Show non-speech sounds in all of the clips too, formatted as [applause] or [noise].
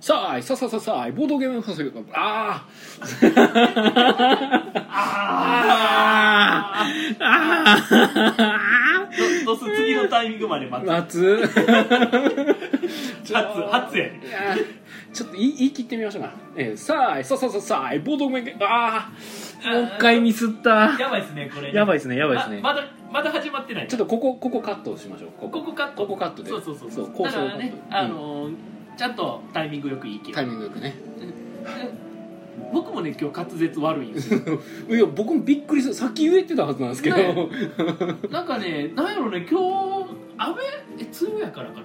さあいさあさあさあさあいボードゲームファンがあ [laughs] ああああどどうする次のタイミングまで待つあ夏初初やねいやちょっと言い言い切ってみましょうか、えー、さあいさあさあさあさあいボードゲームああもう一回ミスったやばいですねこれやばいいですねやばいですねまだまだ始まってないちょっとここここカットしましょうここここカットここカットでそうそうそうそう交だ渉かをらねカットあのーちゃんとタイミングよく言い切るタイミングよくね [laughs] うん僕もね今日滑舌悪い [laughs] んですよいや僕もびっくりするさっき言えてたはずなんですけど、ねなんかねなんやろね今日雨え梅雨やからかな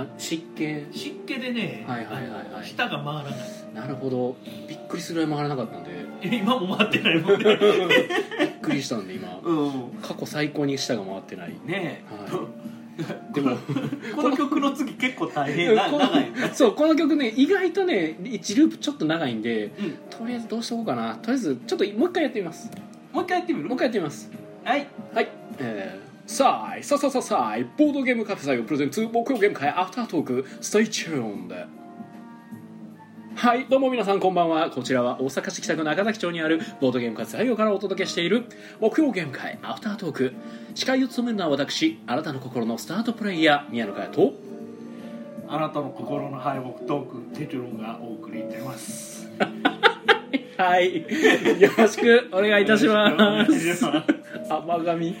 あー湿気湿気でね、はいはいはいはい舌が回らないなるほどびっくりするぐらい回らなかったんでえ今も回ってないもんね [laughs] びっくりしたんで今うん過去最高に舌が回ってないねはで [laughs] もえこの曲の次結構大変なこ長い、のそうこの曲ね意外とね1ループちょっと長いんでうん、とりあえずどうしておこうかなとりあえずちょっともう一回やってみますもう一回やってみるもう一回やってみますはいはい、えー、さあいさあさあさあさあいボードゲームカフェ採用プレゼンツ木曜ゲーム会アフタートークステイチューンではいどうも皆さんこんばんはこちらは大阪市北区中崎町にあるボードゲームカフェ採用からお届けしている木曜ゲーム会アフタートーク司会を務めるのは私あなたの心のスタートプレイヤー宮野佳代とあなたの心の敗北トークテチュロンがお送りいたしますはいよろしくお願いいたしおま願いすしま甘噛み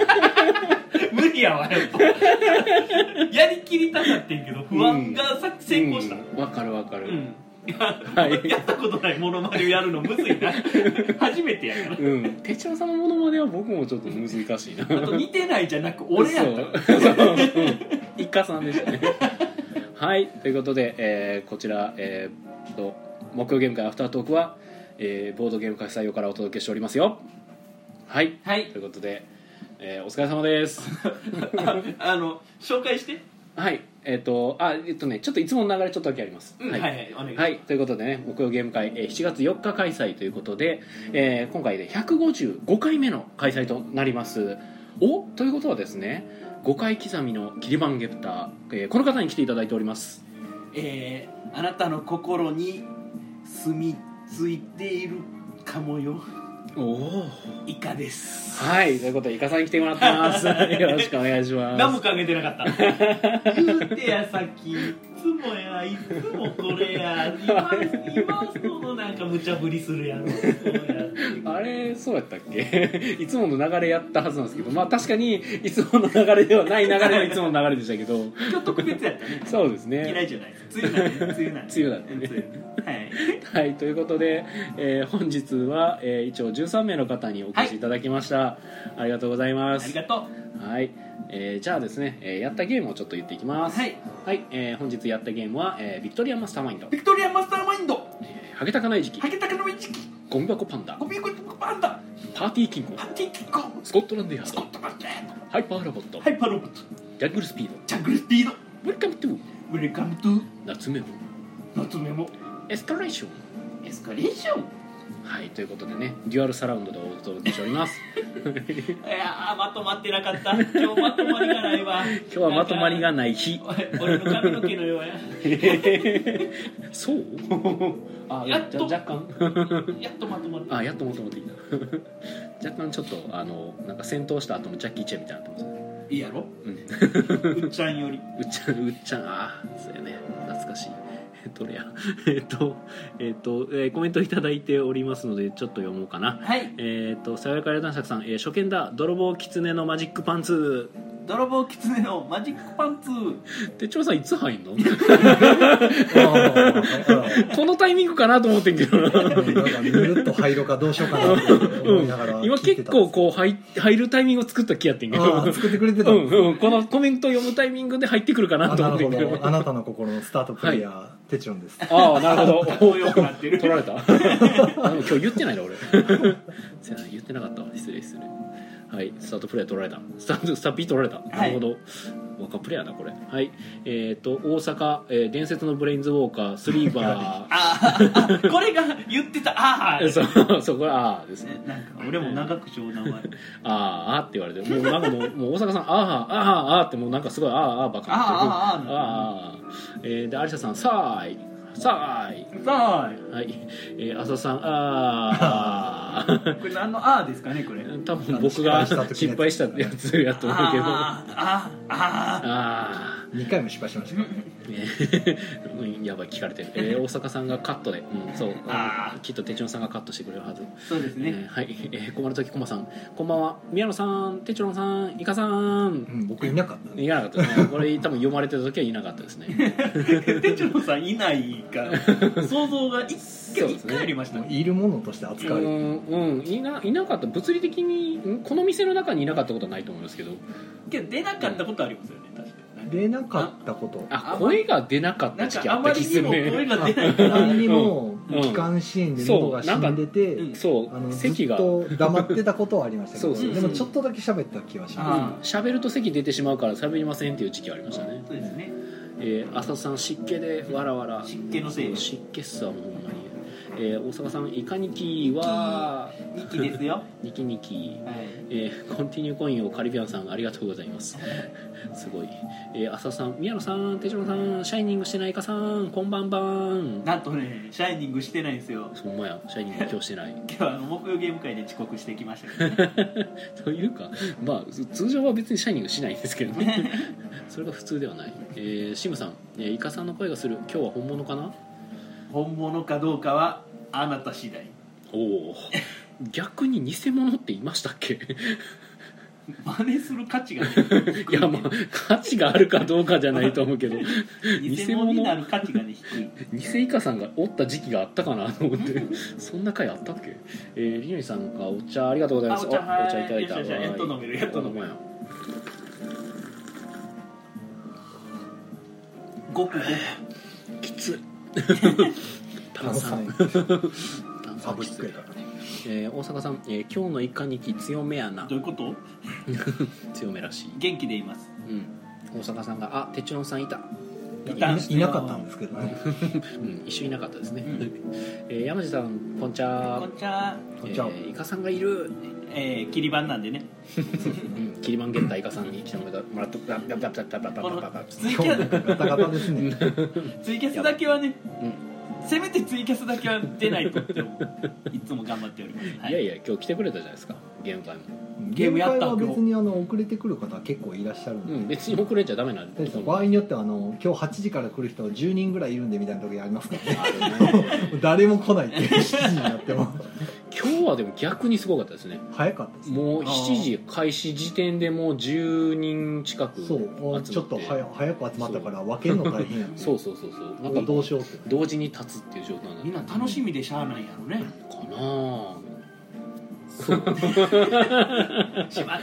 す無理やわやっぱやりきりたかってんけど不安がさ成功したうんわかるわかうる、ん、はいやったことないモノマネをやるのむずいな初めてやからうん、手帳さんのものまでは僕もちょっと難しいなあと似てないじゃなく俺やったそうそううん一家さんでしたねはいということで、えーこちら、えー、と木曜ゲーム会アフタートークは、えーボードゲーム会採用からお届けしておりますよはいはいということで、えーお疲れ様です [laughs] あの紹介してはいえっ、とあえっ、とねちょっといつもの流れちょっとだけあります、うんはいはいお願いしますはい、ということでね木曜ゲーム会、えー7月4日開催ということで、えー今回で155回目の開催となりますおということはですね5回刻みのキリバンゲプター、えーこの方に来ていただいておりますえーあなたの心に住み着いているかもよおおイカですはいということでイカさんに来てもらってます [laughs] よろしくお願いします何も考えてなか [laughs] った言うてやさっきいつもやいつもこれや今今そのなんか無茶ぶりするやろそうやあれそうやったっけ [laughs] いつもの流れやったはずなんですけどまあ確かにいつもの流れではない流れはいつもの流れでしたけど今日特別やったねそうですね嫌いじゃない梅雨なんで [laughs] 梅雨なんで梅雨だねうん梅雨はい、ということで、えー本日は、えー一応13名の方にお越しいただきました、ありがとうございまはいあすりがとうはい、えーじゃあですね、えーやったゲームをちょっと言っていきますはいはい、えー本日やったゲームは、えービクトリアマスターマインドビクトリアマスターマインド「ハゲタカナイジキハゲタカの一キゴミ箱パンダゴミゴミパンダパーティーキングハッティキッコスコットランドヤスーコドットマンケッハイパーロボット、ハイパーロボットジャングルスピードジャングルスピードウェルカムトゥウェルカムトゥ夏メモ夏メモエスカレーションエスカレーションはいということでねデュアルサラウンドでお届けしております [laughs] いやーまとまってなかった今日まとまりがない [laughs] わ今日はまとまりがない日お俺の髪の毛のようやそうあやっとじゃ若干やっとまとまったあやっと元々いいな [laughs] 若干ちょっとあのなんか戦闘した後もジャッキー・チェンみたいになってますねいいやろうん [laughs] うっちゃんよりうっちゃんうっちゃんあーそうやね懐かしいえどれや [laughs] えっとえっと、えーコメントいただいておりますのでちょっと読もうかなはいえっとさやかれ男爵さん、えー初見だ泥棒狐のマジックパンツ泥棒狐のマジックパンツ手帳さんいつ入んの [laughs] このタイミングかなと思ってんけどななんかぬるっと入ろうかどうしようかなって思いながら今聞結いてた構こう入入るタイミングを作った気やってんけあどあ作ってくれてたうんんですねうん、このコメント読むタイミングで入ってくるかなあとな思ってるんほけどどあなたの心のスタートプレイヤーテチョンですああなるほどおよくなってる取られたあでも今日言ってないな俺せやな言ってなかったわ失礼失礼はいスタートプレイヤー取られたスタートスタピー取られた、はいなるほどワカプレイヤーだこれはいえっ、と大阪、えー伝説のブレインズウォーカースリーバあーこれが言ってたあーー [laughs] そうそうこれああですねなんか俺も長くちょうだいあーあーって言われてもうなんかもうもう大阪さんあーあーあーあーってもうなんかすごいあーあーばっかりあーあーあーあーえーで有田さんさーいさーいさはい、えー、浅田さんああ [laughs] ーこれ何のあーですかねこれ多分僕が失敗した時の失敗したやつやと思うけどああーあーあーあー2回も失敗しましたからねねうんやばい聞かれてる、えー [laughs] 大阪さんがカットで、うん、そうあーきっと手順さんがカットしてくれるはず、そうですえ [laughs] ねーはい、えー、困る時こまさんこんばんは宮野さん手順さんイカさんうん僕いなかったね言わなかったですねこれ多分読まれてる時は言いなかったです [laughs] ね店長さんいないから想像が一そう回で一すね回ありましたもうねいるものとしてう扱われるん、うん、いないなかった物理的にんこの店の中にいなかったことはないと思いますけどけど出なかったことありますよね確かに出なかったことあ声が出なかっなたん時期かああったま気りすにるもね声が出ないかあらまりにもうん気管支炎で喉が死んでてうんそあのうず席っがと黙ってたことはありましたけそうそうどそでうもちょっとだけ喋った気はしうんまあ喋ると席出てしまうから喋りませんっていう時期はありましたね、そうですねえー、浅田さん湿気でわらわら湿気のせいで湿気っすわもうほんまに、えー、大阪さんイカニキは二期ですよニキニキ [laughs] はいえーコンティニューコインをカリビアンさんありがとうございますすごい、えー、浅田さん宮野さん手嶋さんシャイニングしてないかさんこんばんばんなんとねシャイニングしてないんですよほんまやシャイニング今日してない [laughs] 今日はあの木曜ゲーム会で遅刻してきましたけどねというかまあ通常は別にシャイニングしないんですけど [laughs] ねそれが普通ではない、えーシムさん、えーイカさんの声がする今日は本物かな本物かどうかはあなた次第おお逆に偽物っていましたっけ [laughs] 真似する価値がないいやまあ価値があるかどうかじゃないと思うけど偽物になる価値がね低い偽イカさんがおった時期があったかなと思 [laughs] ってそんな回あったっけ、えー、りのりさんがお茶ありがとうございますあお茶はいお茶いただいたよしよしよわーいしやっと飲めるやっと飲めほんまやごくごくきつ [laughs] いす炭酸炭酸炭酸炙きりつ食えいた、からねえー、大阪さん、えー今日のイカにき強めやなどういうこと強めらしい、元気でいますうん、大阪さんがあてちのさんいたいいたんなすいよなかったんですけどねうん、一緒いなかったですね、うん [laughs] えー山地さんこんちゃこんちはこんちゃえーイカさんがいる、えー切り板なんでねうん、キリマンゲッタイカさんに来てもらったもらったダダダダダダダこダのダダツイキ今日ャもガタガタですねスツイキャスだけはねうんせめてツイキャスだけは出ないとっていつも頑張っております、はいやいや今日来てくれたじゃないですかゲーム会も、ゲームやった業界は今別日にあの遅れてくる方は結構いらっしゃるんで、うん、別に遅れちゃダメなんでで場合によってはあの今日8時から来る人10人ぐらいいるんでみたいな時ありますからね [laughs] 誰も来ないって7時になっても今日はでも逆にすごかったですね早かったですねもうあー7時開始時点でもう10人近く集そうまもっうてちょっと早早く集まったから分けるの大変やねそうそうそうそうなんかどうどうしようって同時に立つっていう状態なみんのな楽しみでしゃあないやろねかなあしま [laughs] っ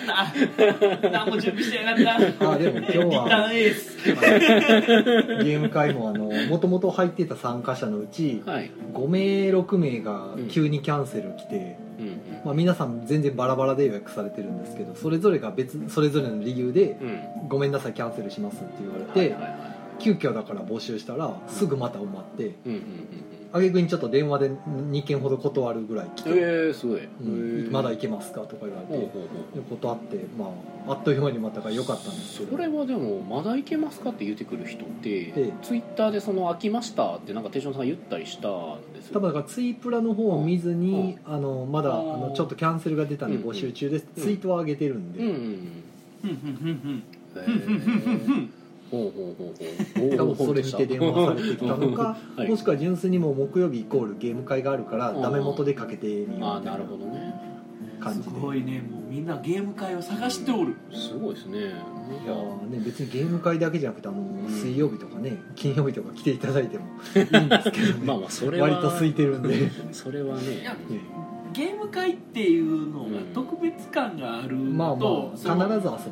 た何も準備してなかったあでも今日リターはンエースゲーム会もあのもともと入ってた参加者のうちはい、 5名6名が急にキャンセル来て、うんうんまあ、皆さん全然バラバラで予約されてるんですけどそれぞれが別それぞれの理由でうん「ごめんなさいキャンセルします」って言われて、はいはいはい急遽だから募集したらすぐまた埋まってうんうんうん挙句にちょっと電話で2件ほど断るぐらい来うてん、えー、すごい、うんへーまだ行けますか?」とか言われほうてほうほで断って、まあ、あっという間にまたが良かったんですけうどこれはでも「まだいけますか?」って言ってくる人って、えツイッターで「その飽きました」ってなんか手嶋さんが言ったりしたんですよ多分だからツイプラの方を見ずに、あのまだああーのちょっとキャンセルが出たんでうんうん募集中です、ツイートは上げてるんで、うんうんうんうんうんへうんうんうんうんうんうーんほうほうほうほう多分それ見て電話されてきたのか、はいもしくは純粋にもう木曜日イコールゲーム会があるからうんダメ元でかけてみあようあみたないるなほどね感すじで。ごいねもうみんなゲーム会を探しておるすごいですねいいややーね、別にゲーム会だけじゃなくてあの、ん水曜日とかね金曜日とか来ていただいてもいいんですけどねまあまあそれは割と空いてるんで、それはねいやうんゲーム会っていうのが特別感があると、まあまあ必ずその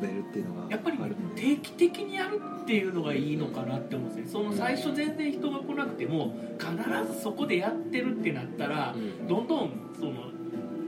遊べるっていうのがやっぱりあるんで定期的にやるっていうのがいいのかなって思うんですよその最初全然人が来なくても必ずそこでやってるってなったらうんどんどんその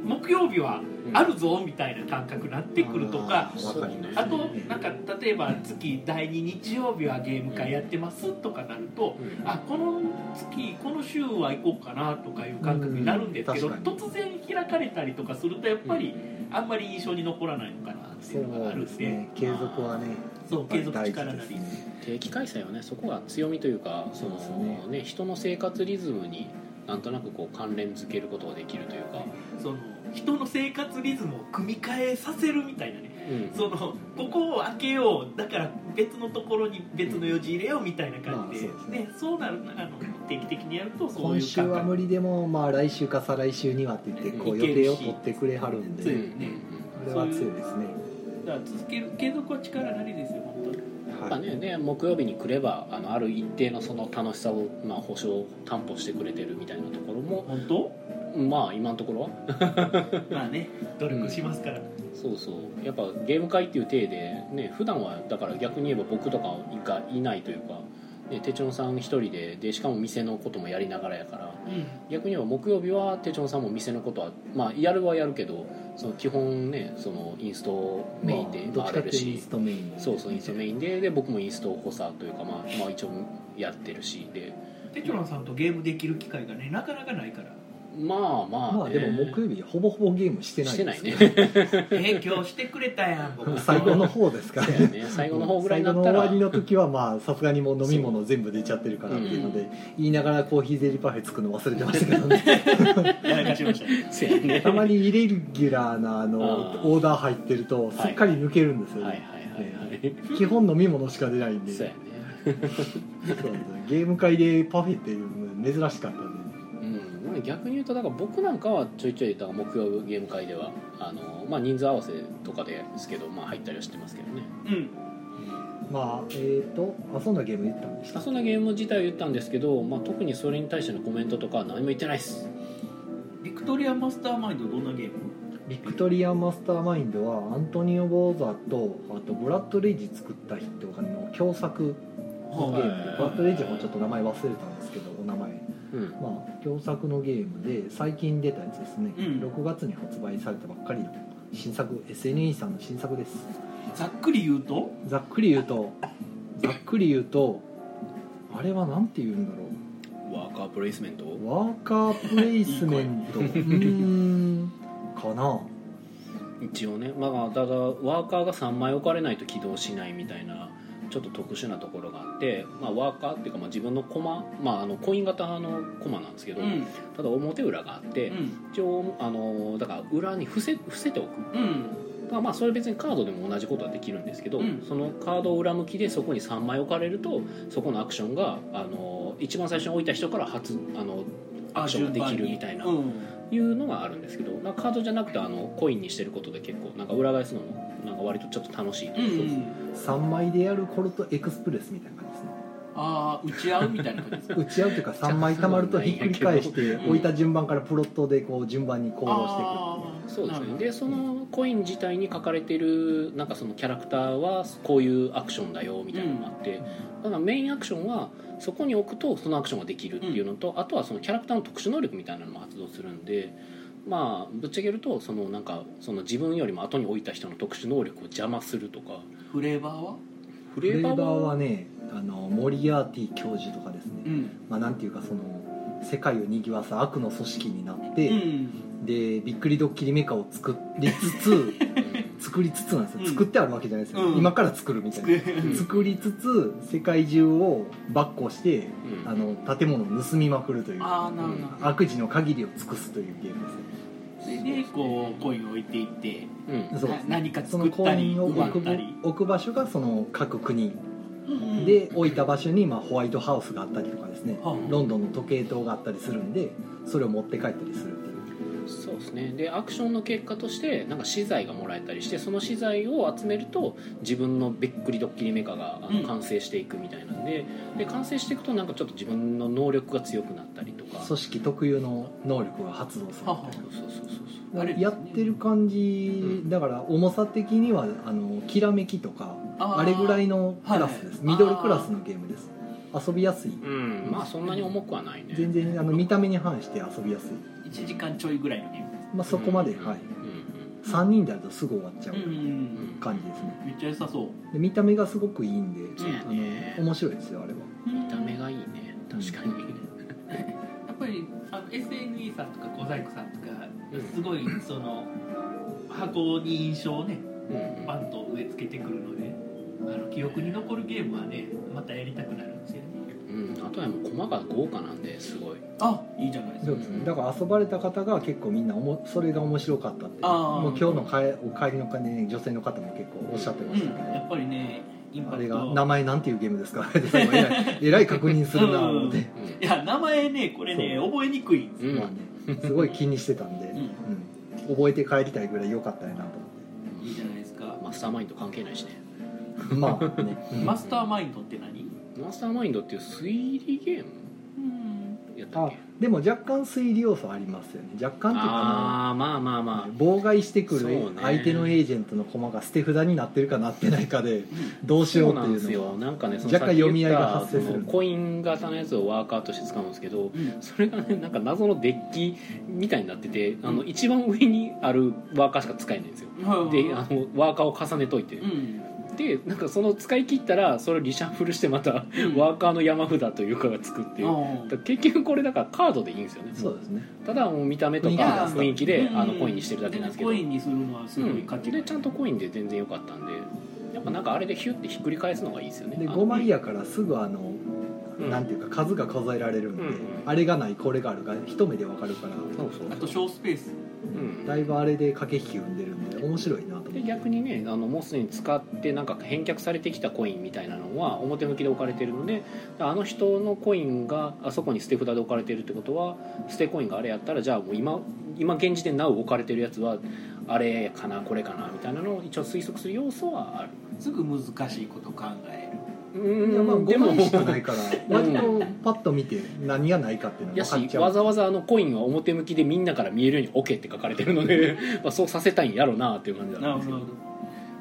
木曜日はうんあるぞみたいな感覚になってくるとかあーわかりますあとなんか例えば月第2日曜日はゲーム会やってますとかなるとうんあこの月この週は行こうかなとかいう感覚になるんですけどうん確突然開かれたりとかするとやっぱりあんまり印象に残らないのかなっていうのがあるんそうですね継続はねそう継続大力な事りですね定期開催はねそこが強みというかそのそうですね人の生活リズムになんとなくこう関連づけることができるというか、その人の生活リズムを組み替えさせるみたいなねうんそのここを開けようだから別のところに別の用事入れようみたいな感じで,、まあそうねですそうなるあの定期的にやるとそうい今う週は無理でもまあ来週か再来週にはって言ってこうい予けるし定を取ってくれはるんうそんううんでですねこれは強いですねだから続ける継続は力なりですよ本当にやっぱねね木曜日に来ればあのある一定のその楽しさを、まあ、保証担保してくれてるみたいなところも本当まあ今のところは [laughs] まあね努力しますから、そうそうやっぱゲーム会っていう体でね普段はだから逆に言えば僕とかがいないというか、ね、手帳さん一人ででしかも店のこともやりながらやから逆に言えば木曜日は手帳さんも店のことはまあやるはやるけどその基本ねそのインストメインでまあど回っちかれっているし、うとインストメインそうそうインストメインでで僕もインスト補佐というか、まあ、まあ一応やってるしでテチョロンさんとゲームできる機会がねなかなかないからまあまあ、ね、まあでも木曜日ほぼほぼゲームしてないしてでないすけね [laughs] どえ今日してくれたやん僕 [laughs] 最後の方ですからそうやね [laughs] 最後の方ぐらいになった最後のら終わりの時はまあさすがにもう飲み物全部出ちゃってるからっていうので、言いながらコーヒーゼリーパフェ作るの忘れてましたけ [laughs] どね [laughs] やらかしましたねそうやねたまにイレギュラーなあ [laughs] のあーオーダー入ってるとすっかり抜けるんですよはいね、はいはいはい基本飲み物しか出ないんでそうやねそうなんですゲーム会でパフェっていうの珍しかったんでうんまあ逆に言うとだから僕なんかはちょいちょいだから木曜ゲーム会ではあの、まあ、人数合わせとかですけど、まあ、入ったりはしてますけどねうんまあえっ、と遊んだゲーム言ったんでしたそんなゲーム自体は言ったんですけど、まあ、特にそれに対してのコメントとかは何も言ってないっすビクトリアマスターマインドどんなゲームビクトリア・マスターマインドはアントニオ・ボーザーとあとブラッド・レイジ作った人の共作のゲームではいブラッド・レイジもちょっと名前忘れたんですけどお名前うんまあ共作のゲームで最近出たやつですね、うん6月に発売されたばっかりの新作 SNE さんの新作ですざっくり言うとざっくり言うとざっくり言うとあれはなんて言うんだろうワーカープレイスメントワーカープレイスメントうーんかな一応ね、まあ、ただワーカーが3枚置かれないと起動しないみたいなちょっと特殊なところがあって、まあ、ワーカーっていうかまあ自分のコマ、まあ、あのコイン型のコマなんですけど、うんただ表裏があって、うん一応あのだから裏に伏せ伏せておくうんだからまあそれ別にカードでも同じことはできるんですけど、うんそのカードを裏向きでそこに3枚置かれるとそこのアクションがあの一番最初に置いた人から初あのアクションができるみたいな、うんいうのがあるんですけどなんかカードじゃなくてあのコインにしてることで結構なんか裏返すのもなんか割とちょっと楽しいとう、いうん3枚でやるコルトエクスプレスみたいな感じですねああ打ち合うみたいな感 [laughs] じですか打ち合うというか3枚たまるとひっくり返して置いた順番からプロットでこう順番に行動していくあーそうですねなるでそのコイン自体に書かれてるなんかそのキャラクターはこういうアクションだよみたいなのがあって、ただメインアクションはそこに置くとそのアクションができるっていうのと、あとはそのキャラクターの特殊能力みたいなのも発動するんでまあぶっちゃけるとそのなんかその自分よりも後に置いた人の特殊能力を邪魔するとかほどフレーバーはフフレレーーババーーははねあのモリアーティ教授とかですね、んまあ、なんていうかその世界を賑わす悪の組織になっうて、ん [laughs] でびっくりドッキリメカを作りつつ作りつつなんですよ、うん作ってあるわけじゃないですよ、うん今から作るみたいなうん作りつつ世界中をバッコしてうんうんあの建物を盗みまくるというああなるほどなるほ悪事の限りを尽くすというゲームですねどそれでこうコインを置いていってうんそうな何かそ作のっコたイりンを奪置くったり置く場所がその各国うんで置いた場所にまあホワイトハウスがあったりとかですねはあロンドンの時計塔があったりするんでそれを持って帰ったりするっていうそうですねでアクションの結果としてなんか資材がもらえたりしてその資材を集めると自分のびっくりドッキリメカがあうのん完成していくみたいなんで,、で完成していくとなんかちょっと自分の能力が強くなったりとか組織特有の能力が発動するははそうそうそうそうあれですねやってる感じうんだから重さ的にはあのきらめきとかあーあれぐらいのクラスですはいミドルクラスのゲームです遊びやすいうんまあそんなに重くはないね全然あの見た目に反して遊びやすい1時間ちょいぐらいのゲームまあそこまでうんはいうん3人であるとすぐ終わっちゃうんううん感じですねうんめっちゃ良さそうで見た目がすごくいいんで、そうやねあの面白いですよあれは見た目がいいね確かにやっぱりあの SNE さんとか小細工さんとかすごいその箱に印象をねうんバンと植え付けてくるのであの記憶に残るゲームはねまたやりたくなるんですよねうんあとはもう駒が豪華なんですごいあいいじゃないでそうですうんねだから遊ばれた方が結構みんなおもそれが面白かったってあーもう今日の帰お帰りの金に女性の方も結構おっしゃってましたけうん、やど、っぱりねインパあれクトが名前なんていうゲームですか [laughs] えらいえらい確認するなぁ思って、うんいや名前ねこれね覚えにくいんですよ、うんまあね、すごい気にしてたんで、うんうん覚えて帰りたいぐらい良かったやなといいじゃないですか、マスターマインド関係ないしね思ってまあね、うんマスターマインドって何マスターマインドっていう推理ゲームうんやったあっけでも若干推理要素ありますよね若干っていうかあーまあまあまあま妨害してくそうるね相手のエージェントの駒が捨て札になってるかなってないかでどうあしようってなんですいうよのはなんかねその若干さっき言っ読たみ合いが発生するそのコイン型のやつをワーカーとして使うんですけどそれがねなんか謎のデッキみたいになっててあの一番上にあるワーカーしか使えないんですようんであのワーカーを重ねといてうんでなんかその使い切ったらそれをリシャッフルしてまたうんワーカーの山札というかがつくっていうあだから結局これだからカードでいいんですよねそうですねただもう見た目とか雰雰囲囲気気でーあのコインにしてるだけなんですけど、コインにするのはすうごいん価値があでるちゃんとコインで全然良かったんでやっぱなんかあれでヒュッてひっくり返すのがいいですよねであの5枚やからすぐあの、うんなんていうか数が数えられるんで、うんあれがないこれがあるが一目でわかるから、そうそうあと小スペースんだいぶあれで駆け引き生んでるんで面白いなと思ってで逆にねあのもうすでに使ってなんか返却されてきたコインみたいなのは表向きで置かれてるのであの人のコインがあそこに捨て札で置かれてるってことは捨てコインがあれやったらじゃあもう今今現時点なお置かれてるやつはあれかなこれかなみたいなのを一応推測する要素はあるすぐ難しいこと考えるういやまあで5も枚しかないから割うとパッと見て何がないかっていうのがや分かっしちゃうわざわざあのコインは表向きでみんなから見えるように OK って書かれてるの [laughs] でまあそうさせたいんやろうなっていう感じだななるほど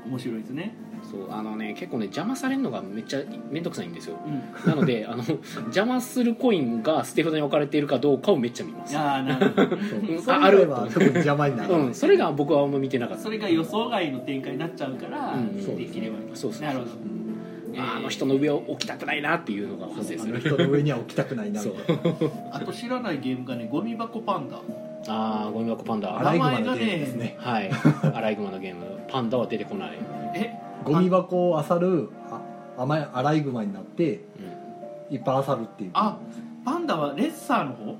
面白いですねそうあのね結構ね邪魔されるのがめっちゃ面倒くさいんですようんなのであの邪魔するコインが捨て札に置かれているかどうかをめっちゃ見ますああなるほどそううんそれああ以る外は特に邪魔になる、うんそれが僕はあんま見てなかったそれが予想外の展開になっちゃうから、うんそうできればいいそうそうなるほどうんえーああの人の上を置きたくないなっていうのが発生あすのる人の上には置きたくないなみそうたいなあと知らないゲームがねゴミ箱パンダああゴミ箱パンダアライグマのゲームですね [laughs] はいアライグマのゲームパンダは出てこない、えゴミ箱を漁るあ甘いアライグマになってうんいっぱい漁るっていうあパンダはレッサーの方う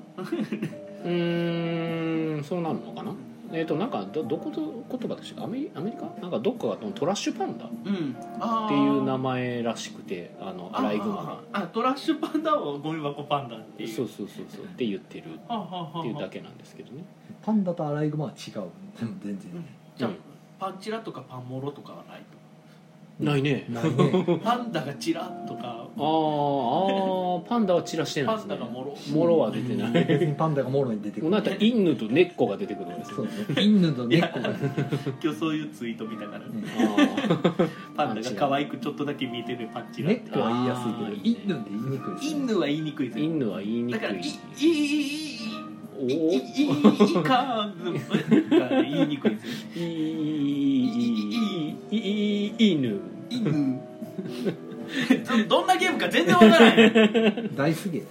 ーんそうなるのかなえっ、となんかどどこと言葉でしたっけアメリアメリカなんかどっかがトラッシュパンダっうんあーていう名前らしくてあのアライグマあーあトラッシュパンダをゴミ箱パンダってがいうそうそうそうそうって言ってるっはあはあはあはあていうだけなんですけどねパンダとアライグマは違うでも全うん然じゃあ、うんパンチラとかパンモロとかはないないねないねとパンダがチラとかあーあーパンダは散らしてないパですンねダがもろもろは出て [laughs] ない別にパンダがもろに出てくもうなるんかインヌと根っこが出てくるんですそようそう犬の根っこがね今日そういうツイート見たから、うんあーパンダが可愛くちょっとだけ見えてるパンチラ根っこは言いやすいけあどーいいね犬って言いにくいですイねンヌは言いにくいですイよンヌは言いにだくからいいいいいいいいいいいいいいいいいいかー言いにくいですよいいいいいいいいイヌインヌどどんなゲームか全然わからない大すげ [laughs] えで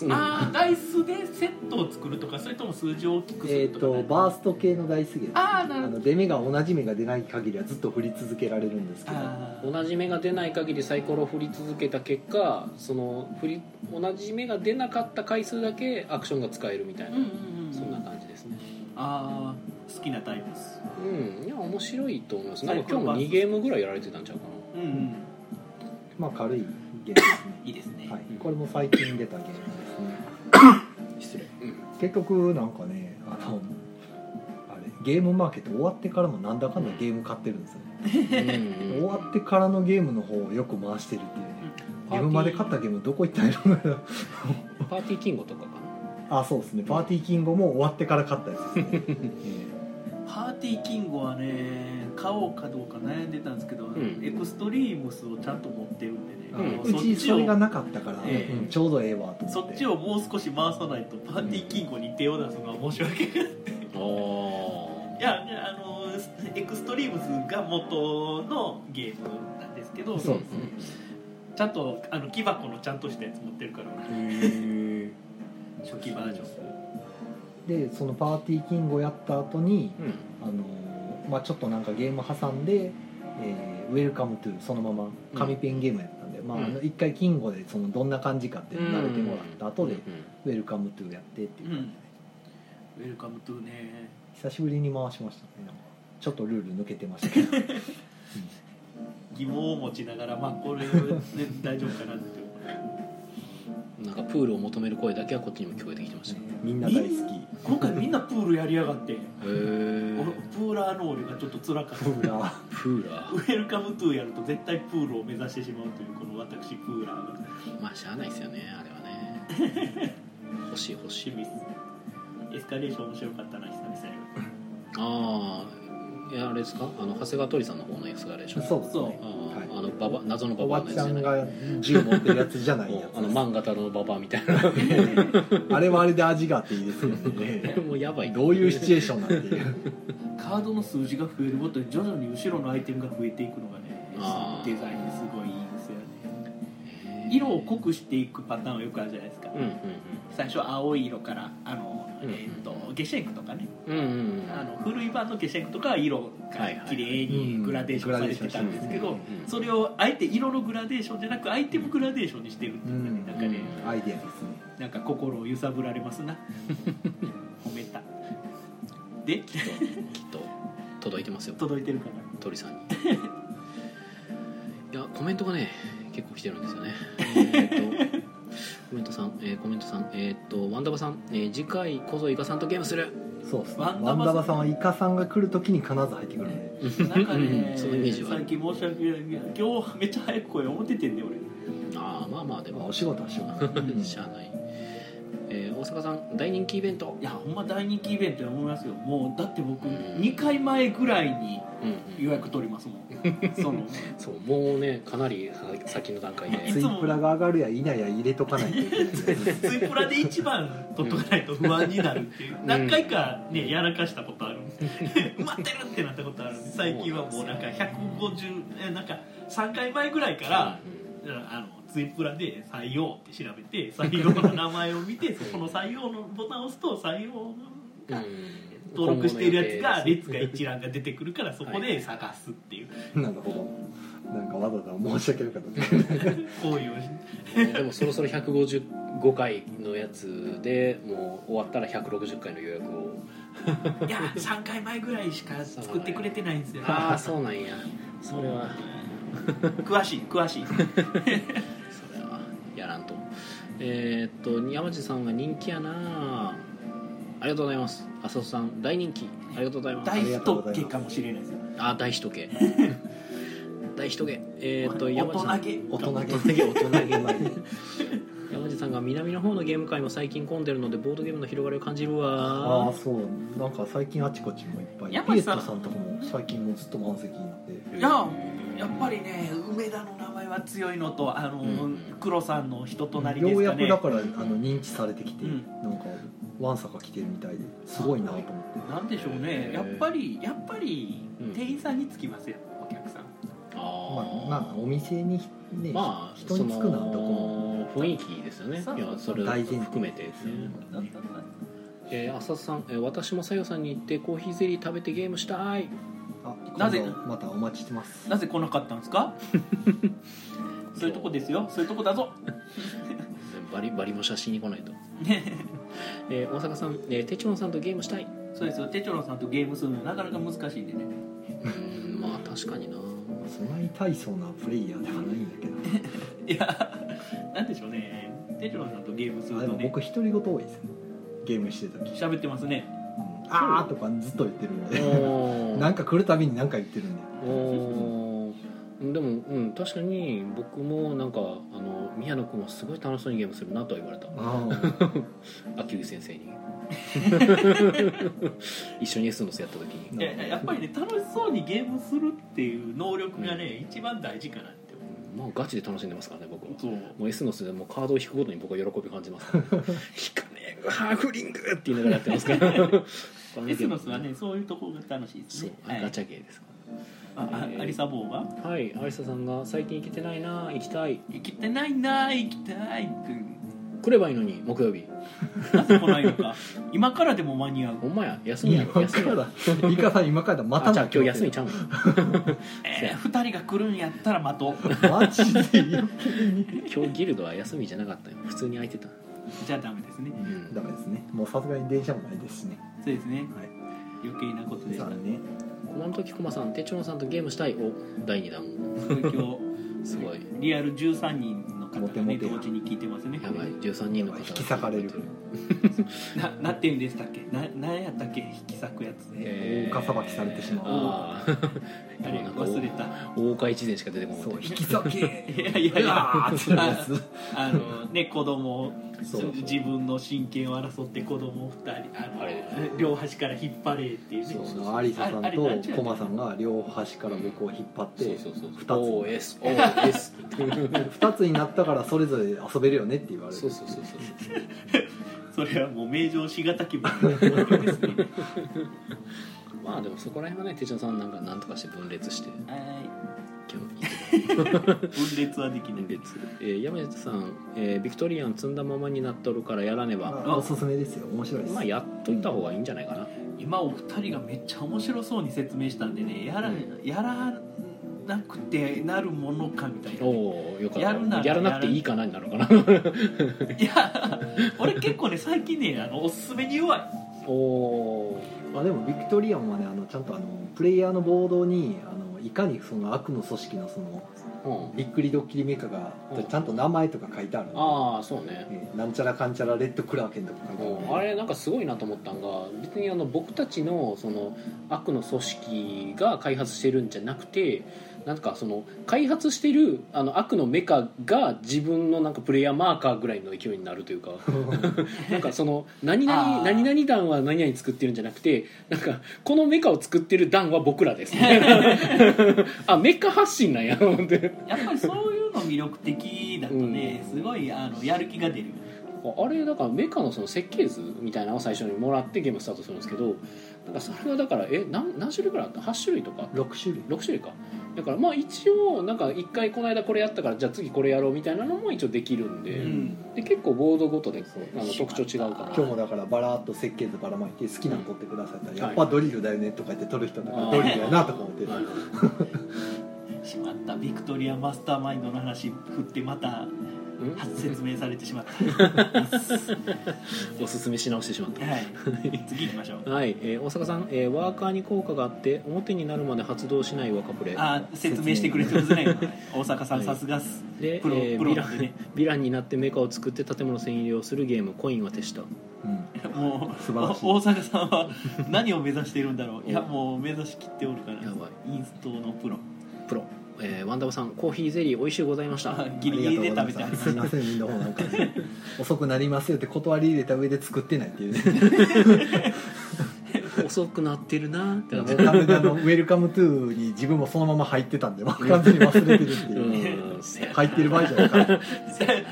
すああダイスでセットを作るとかそれとも数字を大きくすえるっ、とか、とバースト系の大すげえですあああなるほどの出目が同じ目が出ない限りはずっと振り続けられるんですけどあー同じ目が出ない限りサイコロを振り続けた結果その振り同じ目が出なかった回数だけアクションが使えるみたいうんな、うんうんそんな感じですねああ好きなタイプですうんいや面白いと思いますなんか今日も2ゲームぐらいやられてたんちゃうかなうんうんまあ軽いゲームですいいですね、ね、はい、これも最近出たゲームですね失礼、結局なんかねあのあれゲームマーケット終わってからもなんだかんだゲーム買ってるんですよ、ねうん、終わってからのゲームの方をよく回してるっていうねうんゲームまで買ったゲームどこ行ったんやろなパーティーキングとかかなあそうですねパーティーキングも終わってから買ったやつですね、パーティーキングはね買おうかどうか悩んでたんですけど、んエクストリームスをちゃんと持ってるんでね、えーうんあのうちそれがなかったから、ええうんちょうどええわとそ思っってちをもう少し回さないとパーティーキングに手を出すのは申し訳ない、いあやねあのエクストリームズが元のゲームなんですけどそうですちゃんとあの木箱のちゃんとしたやつ持ってるからへ初期バージョンでそのパーティーキングをやった後にえうんあのーまあ、ちょっとなんかゲーム挟んで「えーウェルカムトゥ」そのまま紙ペンゲームやったんで、まあ、あうの一回キンゴでそのどんな感じかって慣れてもらった後でう「ウェルカムトゥ」やってっていう感じで、ウェルカムトゥね久しぶりに回しましたねなんかちょっとルール抜けてましたけど疑問を持ちながらまあこれ、ね、大丈夫かなって思んなんかプールを求める声だけはこっちにも聞こえてきてましたへみんな大好きう今回みんなプールやりやがって俺えプーラーロールがちょっと辛かった僕らはプーラウェルカムトゥーやると絶対プールを目指してしまうというこの私プーラーがーまあしゃあないですよねあれはね [laughs] 欲しい欲し趣い味エスカレーション面白かったな久々にああいやあれですかあの長谷川鳥さんの方のエスカレーションそうですそうねあー、はいあのババ謎のバおバアばのやつじちゃゃなんいが銃持ってるやつじゃないやもつうあの漫画太郎のババアみたい [laughs] なあれはあれで味があっていいですよね [laughs] もうやばいどういうシチュエーションなんていうカードの数字が増えるごとに徐々に後ろのアイテムが増えていくのがねあーデザインすごいいいんですよねへー色を濃くしていくパターンはよくあるじゃないですか、うんうん最初青い色からあの、うんえー、とゲシェンクとかね、うんうんうんうんあの古い版のゲシェンクとかは色はがいはい綺麗にグラデーションされてたんですけうどんうんそれをあえて色のグラデーションじゃなくアイテムグラデーションにしてるっていううんねなんかねアイデアですねなんか心を揺さぶられます [laughs] な褒めたきでっときっと届いてますよ届いてるかな鳥さんに [laughs] いやコメントがね結構来てるんですよねえーっと [laughs] コメントさん、えーコメントさん、えーっと、ワンダバさん、えー次回こそイカさんとゲームする。そうですねワワンンダバさんダバさんはイカさんが来るときに必ず入ってくるねなんかねうんそのイメージはあ最る。近申し訳ない今日めっちゃ早く声思っててんね俺ああ、まあまあ、でまあもお、仕事はしようがない [laughs] しゃあない。えー大阪さん、大人気イベントい。やほんま大人気イベントや思いますよもうだって僕うん2回前ぐらいにうんうん予約取りますも [laughs] んそのそう、もうね、かなり先の段階で。ツイプラが上がるや否や入れとかないといけないですねツイプラで一番取っとかないと不安になるっていう、ん何回かねやらかしたことあるんで [laughs] 待ってるってなったことあるんで最近はもうなんか150えなんか3回前ぐらいから、あのツイプラで採用って調べて採用の名前を見 [laughs] てそこの採用のボタンを押すと採う用んがうん登録しているや今後の予つが定列が一覧が出てくるからそこで探すっていうなるほどなんかわざわざ申し訳なかった行為をしですでもそろそろ155回のやつでもう終わったら160回の予約をいや3回前ぐらいしか作ってくれてないんですよああそうなんやそれは詳しい詳しいそれはやらんとえーっと山地さんが人気やなありがとうございます浅尾さん大人気ありがとうございます大太っけかもしれないですよあ大人気大人気えーっと大山地さ人んげ大人大人気大人気 [laughs] 山地さんが南の方のゲーム会も最近混んでるのでボードゲームの広がりを感じるあわあそうなんか最近あちこちもいっぱいやっピぱエりッさトさんとかも最近もうずっと満席になっていややっぱりね梅田の名前は強いのとあの、うん黒さんの人となりでよすうかやくねだからあの認知されてきて、うんなんかワンサか来てるみたいですごいなと思ってなんでしょうねやっぱりやっぱりうん店員さんにつきますよお客さんあまーあまあお店にね、まあ、人につくなとこもその雰囲気ですよねそういやそれ大前提含めてですね、だったんだえー、浅田さん、えー私もさよさんに行ってコーヒーゼリー食べてゲームしたいあななぜぜまたお待ちしてますなぜ来なかったんですかそういうとこですよそういうとこだぞバリバリも写真に来ないと、えー、大阪さん、えー、テチロンさんとゲームしたいそうですよテチョロさんとゲームするのなかなか難しいんでねうんまあ確かになそんなに大層なプレイヤーではないんだけどいやなんでしょうねテチョロさんとゲームすあるでともね僕独り言多いですねゲームしてる時喋ってますね「ああ」とかずっと言ってるんでおなんーか来るたびに何か言ってるんでおーでもうん確かに僕もなんかあの宮野君はすごい楽しそうにゲームするなとは言われたあ秋生先生に一緒に S のスやった時にあいやいややっぱりね楽しそうにゲームするっていう能力がね、一番大事かなって思まあガチで楽しんでますからね僕はうそうもう S のスでもうカードを引くごとに僕は喜び感じますから引かねリングハーフリングって言いながらやってますから [laughs] このエゲスームノスはねそういうところが楽しいですそうねガチャゲーですはいああアリサボーははい有沙さんが「最近行けてないな行きたい行きてないな行きたいって来ればいいのに木曜日なぜ来ないの [laughs] か今からでも間に合うほんまや休みや今休みかやらイカさん今からまたあじゃなあ今日休みちゃうんえー、2人が来るんやったら待とうマジで余計に今日ギルドは休みじゃなかったよ普通に空いてた、じゃあダメですねうんダメですねもうさすがに電車もないですしねそうですねはい余計なことでしたさあねね駒の時駒さん手帳さんとゲームしたいを第2弾 [laughs] すごい今日すごいリアル13人の方モテがモねテ同時に聞いてますねやばい13人の方が引き裂かれるななって言うんでしたっけな何やったっけ引き裂くやつね、えー大かさばきされてしまう [laughs] あーあれ今なんか忘れた大岡一年しか出てこなかそっうた引き裂けいやいやいうやわーってなるやつあのね子供をそうそう自分の親権を争って子供二人あのあれ両端から引っ張れっていうねそうあの有沙さんあれなんとちゅうコマさんが両端から僕を引っ張ってそうそうそう2 OSOS つ二つになったからそれぞれ遊べるよねって言われる [laughs] そうそうそうそうそれはもう名城しがたきもですねまあでもそこら辺はね手帳さんなんかなんとかして分裂しては今日行ってい分裂はできたない分裂、えー、山下さん、えービクトリアン積んだままになっとるからやらねば、まあおすすめですよ面白いですまあやっといた方がいいんじゃないかな今お二人がめっちゃ面白そうに説明したんでねやら,、うんやらなくてなるものかみたいなおおよかったやるならやらなくていいかなになるのかないや俺結構ね最近ねあのおすすめに弱いお [laughs] おまあ、でもビクトリアンはねあのちゃんとあのプレイヤーのボードにあのいかにその悪の組織のそのー、うん、びっくりドッキリメーカーがうんちゃんと名前とか書いてあるのああそうねえーなんちゃらかんちゃらレッドクラーケンとか書いてあるあれなんかすごいなと思ったんが別にあの僕たちのその悪の組織が開発してるんじゃなくてなんかその開発してるあの悪のメカが自分のなんかプレイヤーマーカーぐらいの勢いになるという [laughs] かなんかその何あ々ー何々団は何々作ってるんじゃなくてなんかこのメカを作ってる団は僕ら [laughs] ですみたいなあメカ発信なんやと思ってやっぱりそういうの魅力的だとね、すごいあのやる気が出るあれだからメカのその設計図みたいなのを最初にもらってゲームスタートするんですけどなんかそれはだからえ何何種類ぐらいあった8種類とか6種類6種類かだからまあ一応なんか1回この間これやったからじゃあ次これやろうみたいなのも一応できるんで,、うんで結構ボードごとであのそう特徴違うから今日もだからバラっと設計図ばらまいて好きなの取ってくださったら、うんやっぱドリルだよねとか言って取る人だかあーらドリルやなとか思って、はいしまったビクトリアマスターマインドの話振ってまうたん説明されてしまったおすすめし直してしまったはい次行きましょうはい、えー大阪さん、えーワーカーに効果があって表になるまで発動しない若プレあ説明してくれてますね大阪さはんいさすがっすで、プロえープヴロィラなんンでねヴィランになってメカを作って建物占領するゲーム「コインは手下」うんもう素晴らしいお大阪さんは何を目指しているんだろういやもう目指しきっておるからやばインストのプロプロ、えーワンダムさんコーヒーゼリー美味しゅうございましたあギリギリで食べてああるりがとうございますすいませんみんなもうなんか遅くなりますよって断り入れた上で作ってないっていうね遅くなってるな [laughs] ってもなっうて完全にあのウェルカムトゥーに自分もそのまま入ってたんでもう完全に忘れてるっていう、うんせや入ってる場合じゃないから [laughs]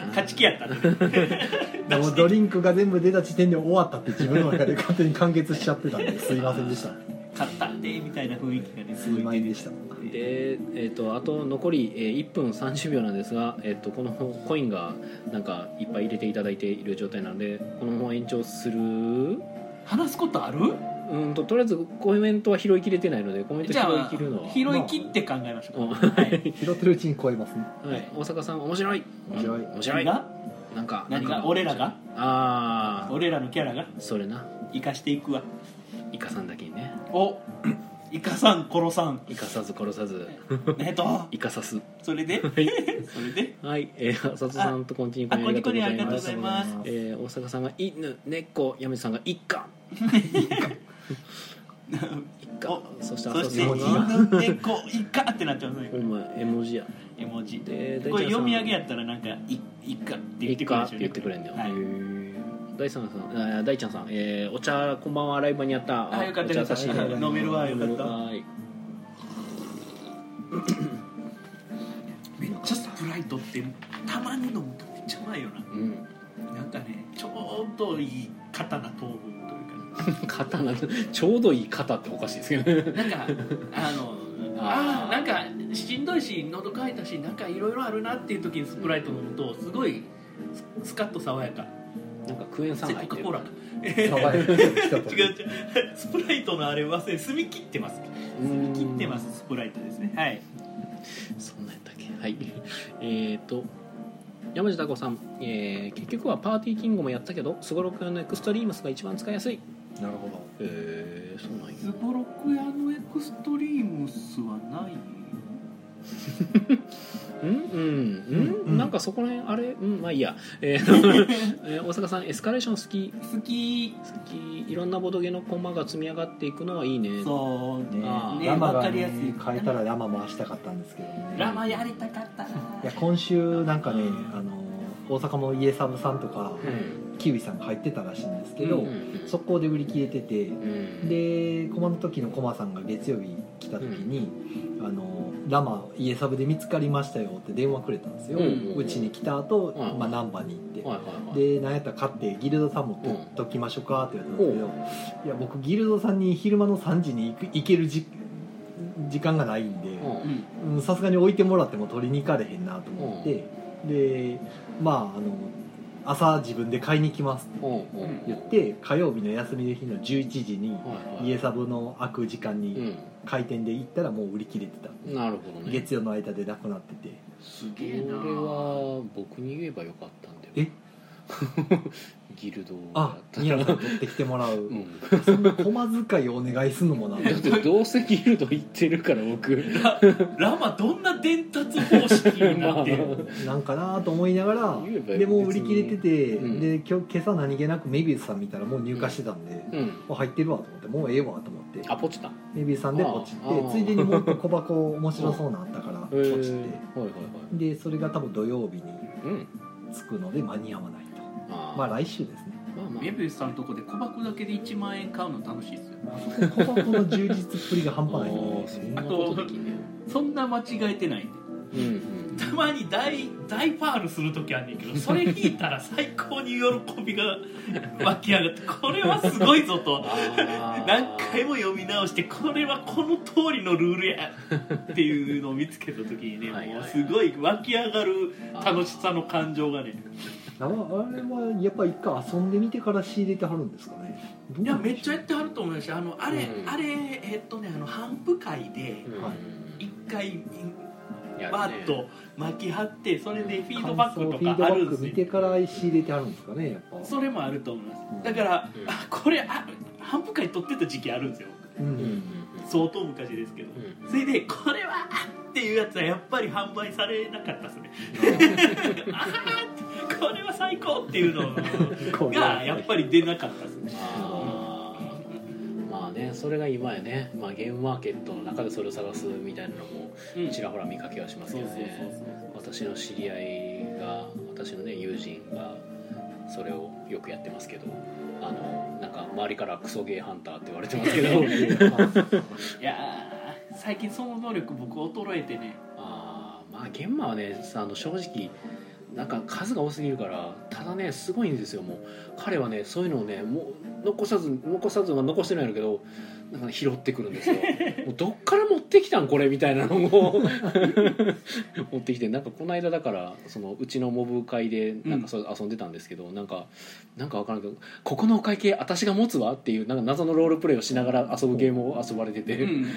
勝ち気やったねでもドリンクが全部出た時点で終わったって自分の中で勝手に完結しちゃってたんですいませんでした勝ったんでみたいな雰囲気がねすすいごいませんでしたで、えー、とあと残り、えー1分30秒なんですが、えー、とこのコインがなんかいっぱい入れていただいている状態なのでこのまま延長するう話すことあるんととりあえずコメントは拾いきれてないのでコメントじ拾ゃいあきるのは、拾い切って考えましょううんか、はい拾ってるうちに超えますねはい、大阪さん面白い面白いうん面白いがなんか何ながんか俺らがああ俺らのキャラがそれな生かしていくわイカさんだけにねお生かさん殺さんイカさず殺さ [laughs] ずえっとイカさすそれでそいれではい、えー、浅田さんとコンティニューあコこインあんりにがとうこごにざあいりがとうまごすざいえー、大阪ますありがとうございまさんが「犬猫やめさんが「一家」一家そしてそ浅田しさてんが犬猫イカってなっちゃうのよ「お前絵文字や絵文字」でこれ大ちゃんさん読み上げやったらなんか「いイカ」って言っ一てくる家」っでしてょ言ってくれんだよ、はいへー大さんさんあー大ちゃんさん、えー「お茶こんばんはライブにやった」あよかったおよ茶差かっした入れ飲めるわよかったはいめっちゃスプライトってたまに飲むとめっちゃうまいよなうん [laughs] なんかねちょうどいい刀等分というか刀ちょうどいい肩っておかしいですけどねなん [laughs] かあのあーあーなんかしんどいし喉乾いたしなんかいろいろあるなっていう時にスプライト飲むとすごいススカッと爽やかなんかクエン酸せっ入かってくるコーラかサバイバルした [laughs] と [laughs] 違う違うスプライトのあれ忘れ澄み切ってますう澄んみ切ってますスプライトですねはいそんなんやったっけはい [laughs] えっと山地太子さん、えー結局はパーティーキングもやったけどすごろくのエクストリームスが一番使いやすいなるほどえー、そうなんやズボロク屋のエクストリームスはないうんうんううんんなんかそこら辺あれうんまあいいやえー [laughs] えー大阪さんエスカレーション好き好き好きいろんなボドゲのコマが積み上がっていくのはいいねそうねあーラマわがかりやねすい変えたらラマ回したかったんですけどねラマやりたかったいや今週なんかねあの大阪のイエサブさんとかうんキウイさんが入ってたらしいんですけうど、んうん速攻で売り切れててうんで駒の時の駒さんが月曜日来た時に「あのラマ家サブで見つかりましたよ」って電話くれたんですようんうんうんうち、に来た後、うんまあ難波に行はっいはいはいて、で何やったら買ってギルドさんも取っときましょうかって言われたんですけど、いや僕ギルドさんに昼間の3時に行く行けるじ時間がないんでうんうんうんさすがに置いてもらっても取りに行かれへんなと思って、でまああの朝自分で買いに来ますってうんうんうん言って火曜日の休みの日の11時にはいはい家サブの開く時間に開店で行ったらもう売り切れてた、うんなるほどね月曜の間でなくなっててすこれは僕に言えばよかったんだよえギルドをあ宮野さん取ってきてもらううんそんな駒遣いをお願いするのもなだってどうせギルド行ってるから僕ララマどんな伝達方式になってるなんかなと思いながら言えばよでもう売り切れてて、うんで今日今朝何気なくメビウスさん見たらもう入荷してたんで、もうんう入ってるわと思ってもうええわと思ってあポチったへメビウスさんでポチっあーあてーついでにもう一個小箱面白そうなのあったからポチってえはいはいはいでそれが多分土曜日にうん着くので間に合わないとあーまあ来週ですねまあまあメビウスさんのとこで小箱だけで1万円買うの楽しいですよあそこ小箱の充実っぷりが半端ないあんーでそんなことできんねやそんな間違えてないんでうんうんたまに大大ファールする時あんねんけどそれ引いたら最高に喜びが湧き上がってこれはすごいぞと何何回も読み直してこれはこの通りのルールやっていうのを見つけた時にねはいはいもうすごい湧き上がる楽しさの感情がねああれはやっぱ一回遊んでみてから仕入れてはるんですかねいやめっちゃやってはると思いますしあのあれ、うんあれえっとねあの反復会ではい一回やるねバッと巻き張ってそれでフィードバックとかあ感想フィードるんでバックす見よてから仕入れてはるんですかねやっぱそれもあると思いますうんだから、うんあこれあ反復会取ってた時期あるんですようん、うんうんうん相当昔ですけどうんそれでこれはあっていうやつはやっぱり販売されなかったです [laughs] ねあーこれは最高っていう [laughs] のこうがやっぱり出なかったですねあーまあねそれが今やね、まあ、ゲームマーケットの中でそれを探すみたいなのもうんちらほら見かけはしますそうよそうそうねそう私の知り合いが私のね友人がそれをよくやってますけどあのなんか周りからクソゲーハンターって言われてます [laughs] けどいやー最近その能力僕衰えてねあーまあ現場はねあの正直なんか数が多すぎるからただねすごいんですよもう彼はねそういうのをねもう残さず残さずは残してないんだけどなんか、ね、拾ってくるんですよもうどっから持ってきたんこれみたいなのを持ってきてなんかこの間だからそのうちのモブ会でなんかそう遊んでたんですけど、なんかなんか分からんけど「ここのお会計私が持つわ」っていうなんか謎のロールプレイをしながら遊ぶゲームを遊ばれてて、うんこ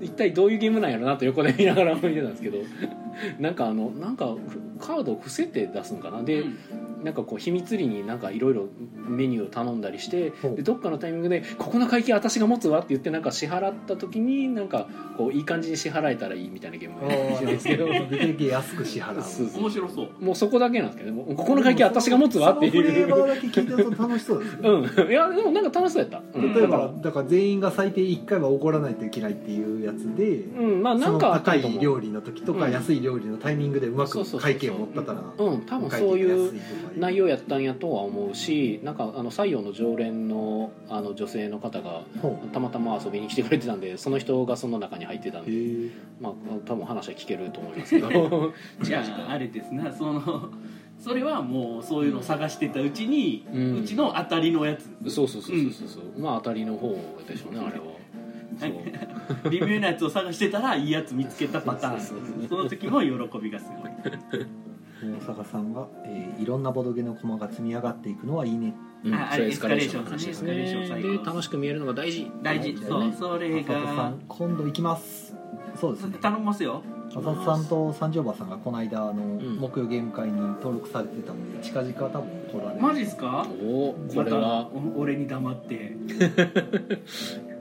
一体どういうゲームなんやろなと横で見ながら見てたんですけど [laughs] なんかあのなんかふカードを伏せて出すんかなで、うんなんかこう秘密裏になんかいろいろメニューを頼んだりしてほうでどっかのタイミングで「ここの会計私が持つわ」って言ってなんか支払った時になんかこういい感じに支払えたらいいみたいなゲームうをやってるんですけどできるだけ安く支払 [laughs] うそうそう面白そうもうそこだけなんですけどねもうここの会計私が持つわってそのフいレーバう。ーだけ聞いてると楽しそうですねうん、いやでもなんか楽しそうやった、うん、例えばだから全員が最低1回は怒らないといけないっていうやつで、うんまあなそんのかあった高と思うい料理の時とかうん安い料理のタイミングでうまそうそうそうそくう会計を持ったからうん多分そういう内容容やったんやとは思うしなんかあの西洋の常連のあの女性の方がたまたま遊びに来てくれてたんでその人がその中に入ってたんで、 [laughs] まあ、多分話は聞けると思いますけどじゃああれですねその [laughs] それはもうそういうのを探してたうちに、ううんちの当たりのやつそうそうそうそうそう、まあ当たりの方でしょうねあれはそう微妙なやつを探してたらいいやつ見つけたパターンそそうそうそうの時も喜びがすごい大坂さんが、えーいろんなボドゲの駒が積み上がっていくのはいいねうんあそれエスカレーションの話ですエスカレーねション最で高楽しく見えるのが大事大事だよそうねそれ浅田さがん今度行きますそうですね頼みますよ浅田さんと三条馬さんがこの間あの、ん木曜ゲーム会に登録されてたので近々多分来られるマジっすかおおこれはまたお俺に黙って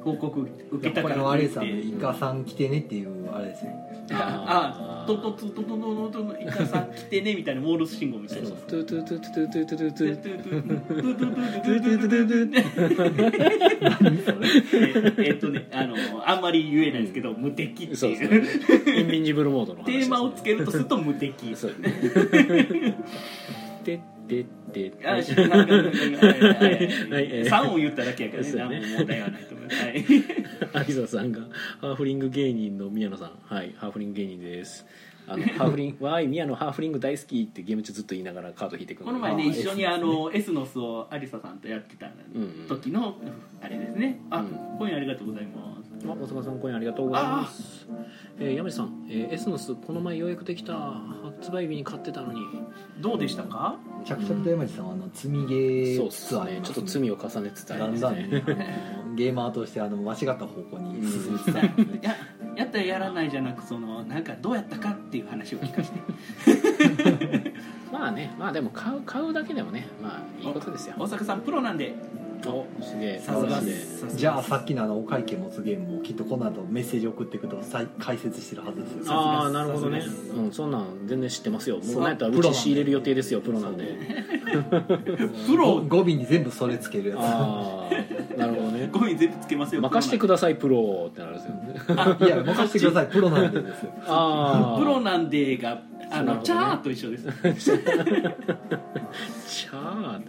報告受けたこかれらはあれですあとのいってイカさん来てねっていうあれですねああトトトトトトトトトイカさん来てねみたいなモールス信号みたいなトゥトゥトゥトゥトゥトゥトトゥゥトゥトゥトゥトゥトゥトゥトゥトゥトゥトゥえっとねあのあんまり言えないですけど無敵って [laughs] そうですねいうインビンジブルモードの話テーマをつけるとすると無敵そうねででであしなんかなんかはいはい3を言っただけやからねそうね何も問題はないと思いますはい有沙さんがハーフリング芸人の宮野さんはいハーフリング芸人です [laughs] あのハーフリングわーい宮野ハーフリング大好きってゲーム中ずっと言いながらカード引いてくるこ [laughs] の前ねあー一緒にあのエスノスを有沙さんとやってたん時のあれですねあうん今夜ありがとうございますあ、大阪さん、今夜ありがとうございます。えー、山地さん、えー、エスノス、この前ようやくできた、発売日に買ってたのに。どうでしたか着々と山地さんはあの積みゲーツアーにちょっと罪を重ねてただりでんすだんね。ねあのゲーマーとしてあの間違った方向に進めてたんですねややったらやらないじゃなくそのなんかどうやったかっていう話を聞 [laughs] かせてまあね、まあでも買う、買うだけでもね、まあいいことですよ大。阪さんプロなんでお、すげえ。さすが素晴らしいねさすがじゃあさっきのあのお会計持つゲームもきっとこの後メッセージ送っていくとさい解説してるはずですよさすがああ、なるほどね。さすうん、そんなん全然知ってますよ。もうそうなんやったらプうロなんちで仕入れる予定ですよ、プロなんで。プロ語尾に全部それつけるやああ、なるほど [laughs] ね。ゴミ全部つけますよ任してプください、プロってなるんですよ [laughs] ね。つ [laughs] いや任せてくださいプロなんでですよああ。ロなんでがあなるの、ほどねチャーと一緒ですチャーって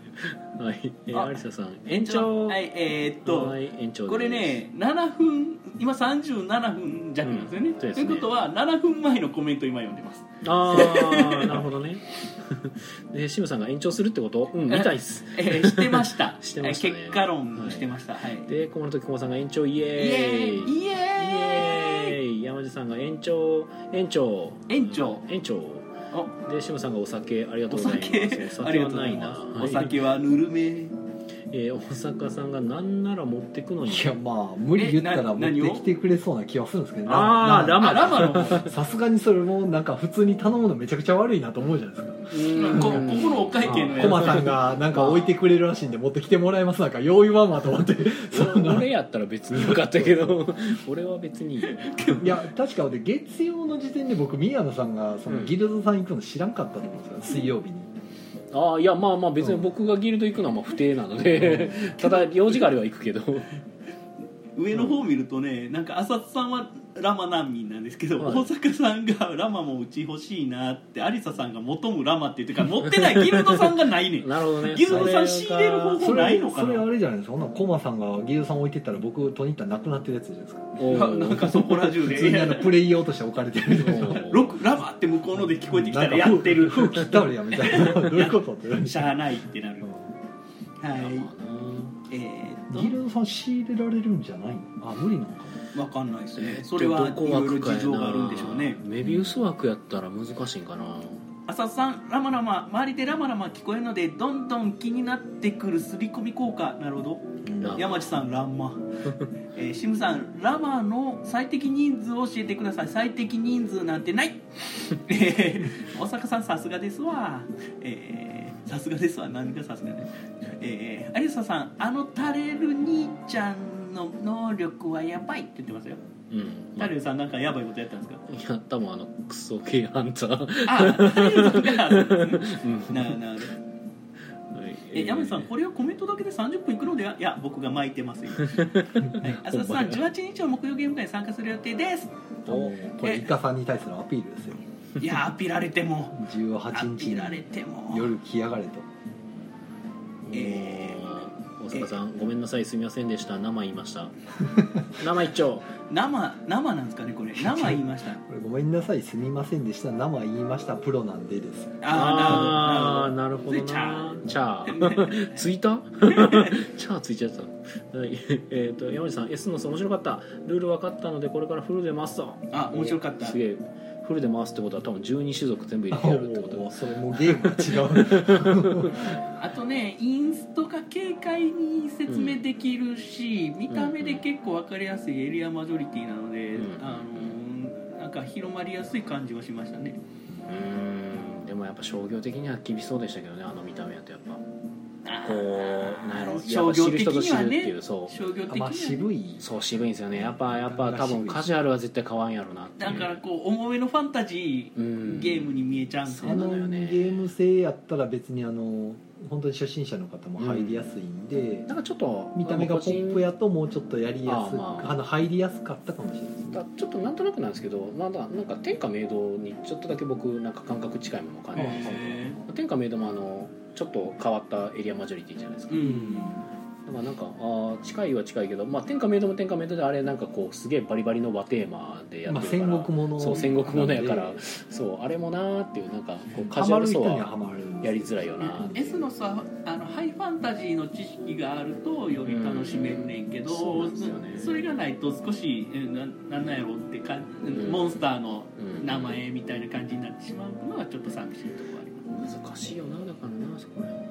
はい、えー、あアリサさん [laughs] 延長はいえーっと、はい延長ですこれね7分今37分弱なんですようね,、んそうですといねうことは7分前のコメント今読んでますああなるほどね [laughs] でシムさんが延長するってことうん見たいっすえーしてました [laughs] してましたねえー結果論してました、はいで駒の時駒さんが延長イエイーエーイイイイエーイエーイ山地さんが延長延長延長延長おでシムさんがお酒ありがとおうござい酒ますありがとうございなますはおい酒はぬるめえー大阪さんがなんなら持ってくのにいやまあ無理言ったら持ってきてくれそうな気はするんですけどああラなマあラマの方なさすがにそれもなんか普通に頼むのめちゃくちゃ悪いなと思うじゃないですかうんこここのお会計のやコマさんがなんか置いてくれるらしいんで持ってきてもらえますなんか用意はまと思ってそん [laughs] な俺やったら別によかったけど [laughs] 俺は別にいいよいや確か俺月曜の時点で僕宮野さんがそのギルドさん行くの知らんかったと思うんですよ水曜日にああいやまあまあ別に僕がギルド行くのはまあ不定なのでただ用事があれば行くけど上の方見るとねなんか浅津さんはラマ難民なんですけど、はい大阪さんがラマもうち欲しいなって有沙さんが求むラマって言ってから持ってないギルドさんがないねんなるほどねギルドさん仕入れる方法それないのかなそれあれじゃないですかそんなコマさんがギルドさん置いてったら僕とにったらなくなってるやつじゃないですかおななんかそこら中普通にであのプレイ用として置かれてるみたいな「ロックラマ」って向こうので聞こえてきたらやなんかってる風切ったるやんみた [laughs] いなどういうことってしゃあないってなるはういえー、っギとルドさん仕入れられるんじゃないのあ無理なのか分かんないですねそれはいろいろ事情があるんでしょうねメビウス枠やったら難しいんかな浅田さんラマラマ周りでラマラマ聞こえるのでどんどん気になってくる刷り込み効果なるほどラマ山地さんランマ、 [laughs] えー、シムさんラマの最適人数を教えてください最適人数なんてないえー大阪さんさすがですわえーさすがですわ何がさすがねえー有沙さんあのタレル兄ちゃんの能力はやばいって言ってますようん、まタあ、いレルさんなんかやばいことやったんです [laughs] かや多分あのクソ系ハンター、あタレルさ [laughs] んがなるなるはい [laughs] え山地さんこれはコメントだけで30分いくのではいや僕が巻い [laughs] てますよ、はい、浅田さん18日の木曜ゲーム会に参加する予定 [laughs] ですなもうこれイカさんに対するアピールですよいやアピられてもア18日ピられにても夜来やがれとおーえ大大阪さんごめんなさいすみませんでした生言いました [laughs] 生一丁生生なんですかねこれ生言 [laughs] いましたこれごめんなさいすみませんでした生言いましたプロなんでですああーなるほどなチャチャ [laughs] ーついたチャーついちゃったはいえっと山内さん S のス面白かったルール分かったのでこれからフルで回すとーなるほどあ面白かったすげえフルで回すってことは多分12種族全部入れてやるってことおーそれもうゲーム [laughs] が違うあとねインストが軽快に説明できるし、見た目で結構分かりやすいエリアマジョリティなので、うんあのなんか広まりやすい感じはしましたねうーんでもやっぱ商業的には厳しそうでしたけどねあの見た目やとやっぱこうなんやろやっぱ商業知る的人ぞに知るはってねいうそう商業的にまはあね渋いそう渋いんですよねやっぱやっぱ多分カジュアルは絶対買わんやろなっていだうからこう重めのファンタジうーんゲームに見えちゃうんですそようあなののゲよねーム性やったら別にあの本当に初心者の方も入りやすいんで、なんかちょっと見た目がポップやともうちょっとやりやすくああまあの入りやすかったかもしれないですだちょっとなんとなくなんですけどまだなんか天下明堂にちょっとだけ僕なんか感覚近いものを感じますへ天下明堂もあのちょっと変わったエリアマジョリティじゃないですか、うだんからなんかあー近いは近いけど、まあ、天下明堂も天下明堂であれなんかこうすげえバリバリの和テーマでやまっあ、てる戦から、国ものそう戦国ものやからなんでそうあれもなーっていうなんかこうカハジュマアるル人層にはハはマるやんですりづらいよなーっていう S のさあのハイファンタジーの知識があるとより楽しめるねんけど、うんそうなんですよねそそれがないと少しえななんなんやろってか、んモンスターのうん名前みたいな感じになってしまうのはちょっと寂しいところあります難しいよなだからなそこら辺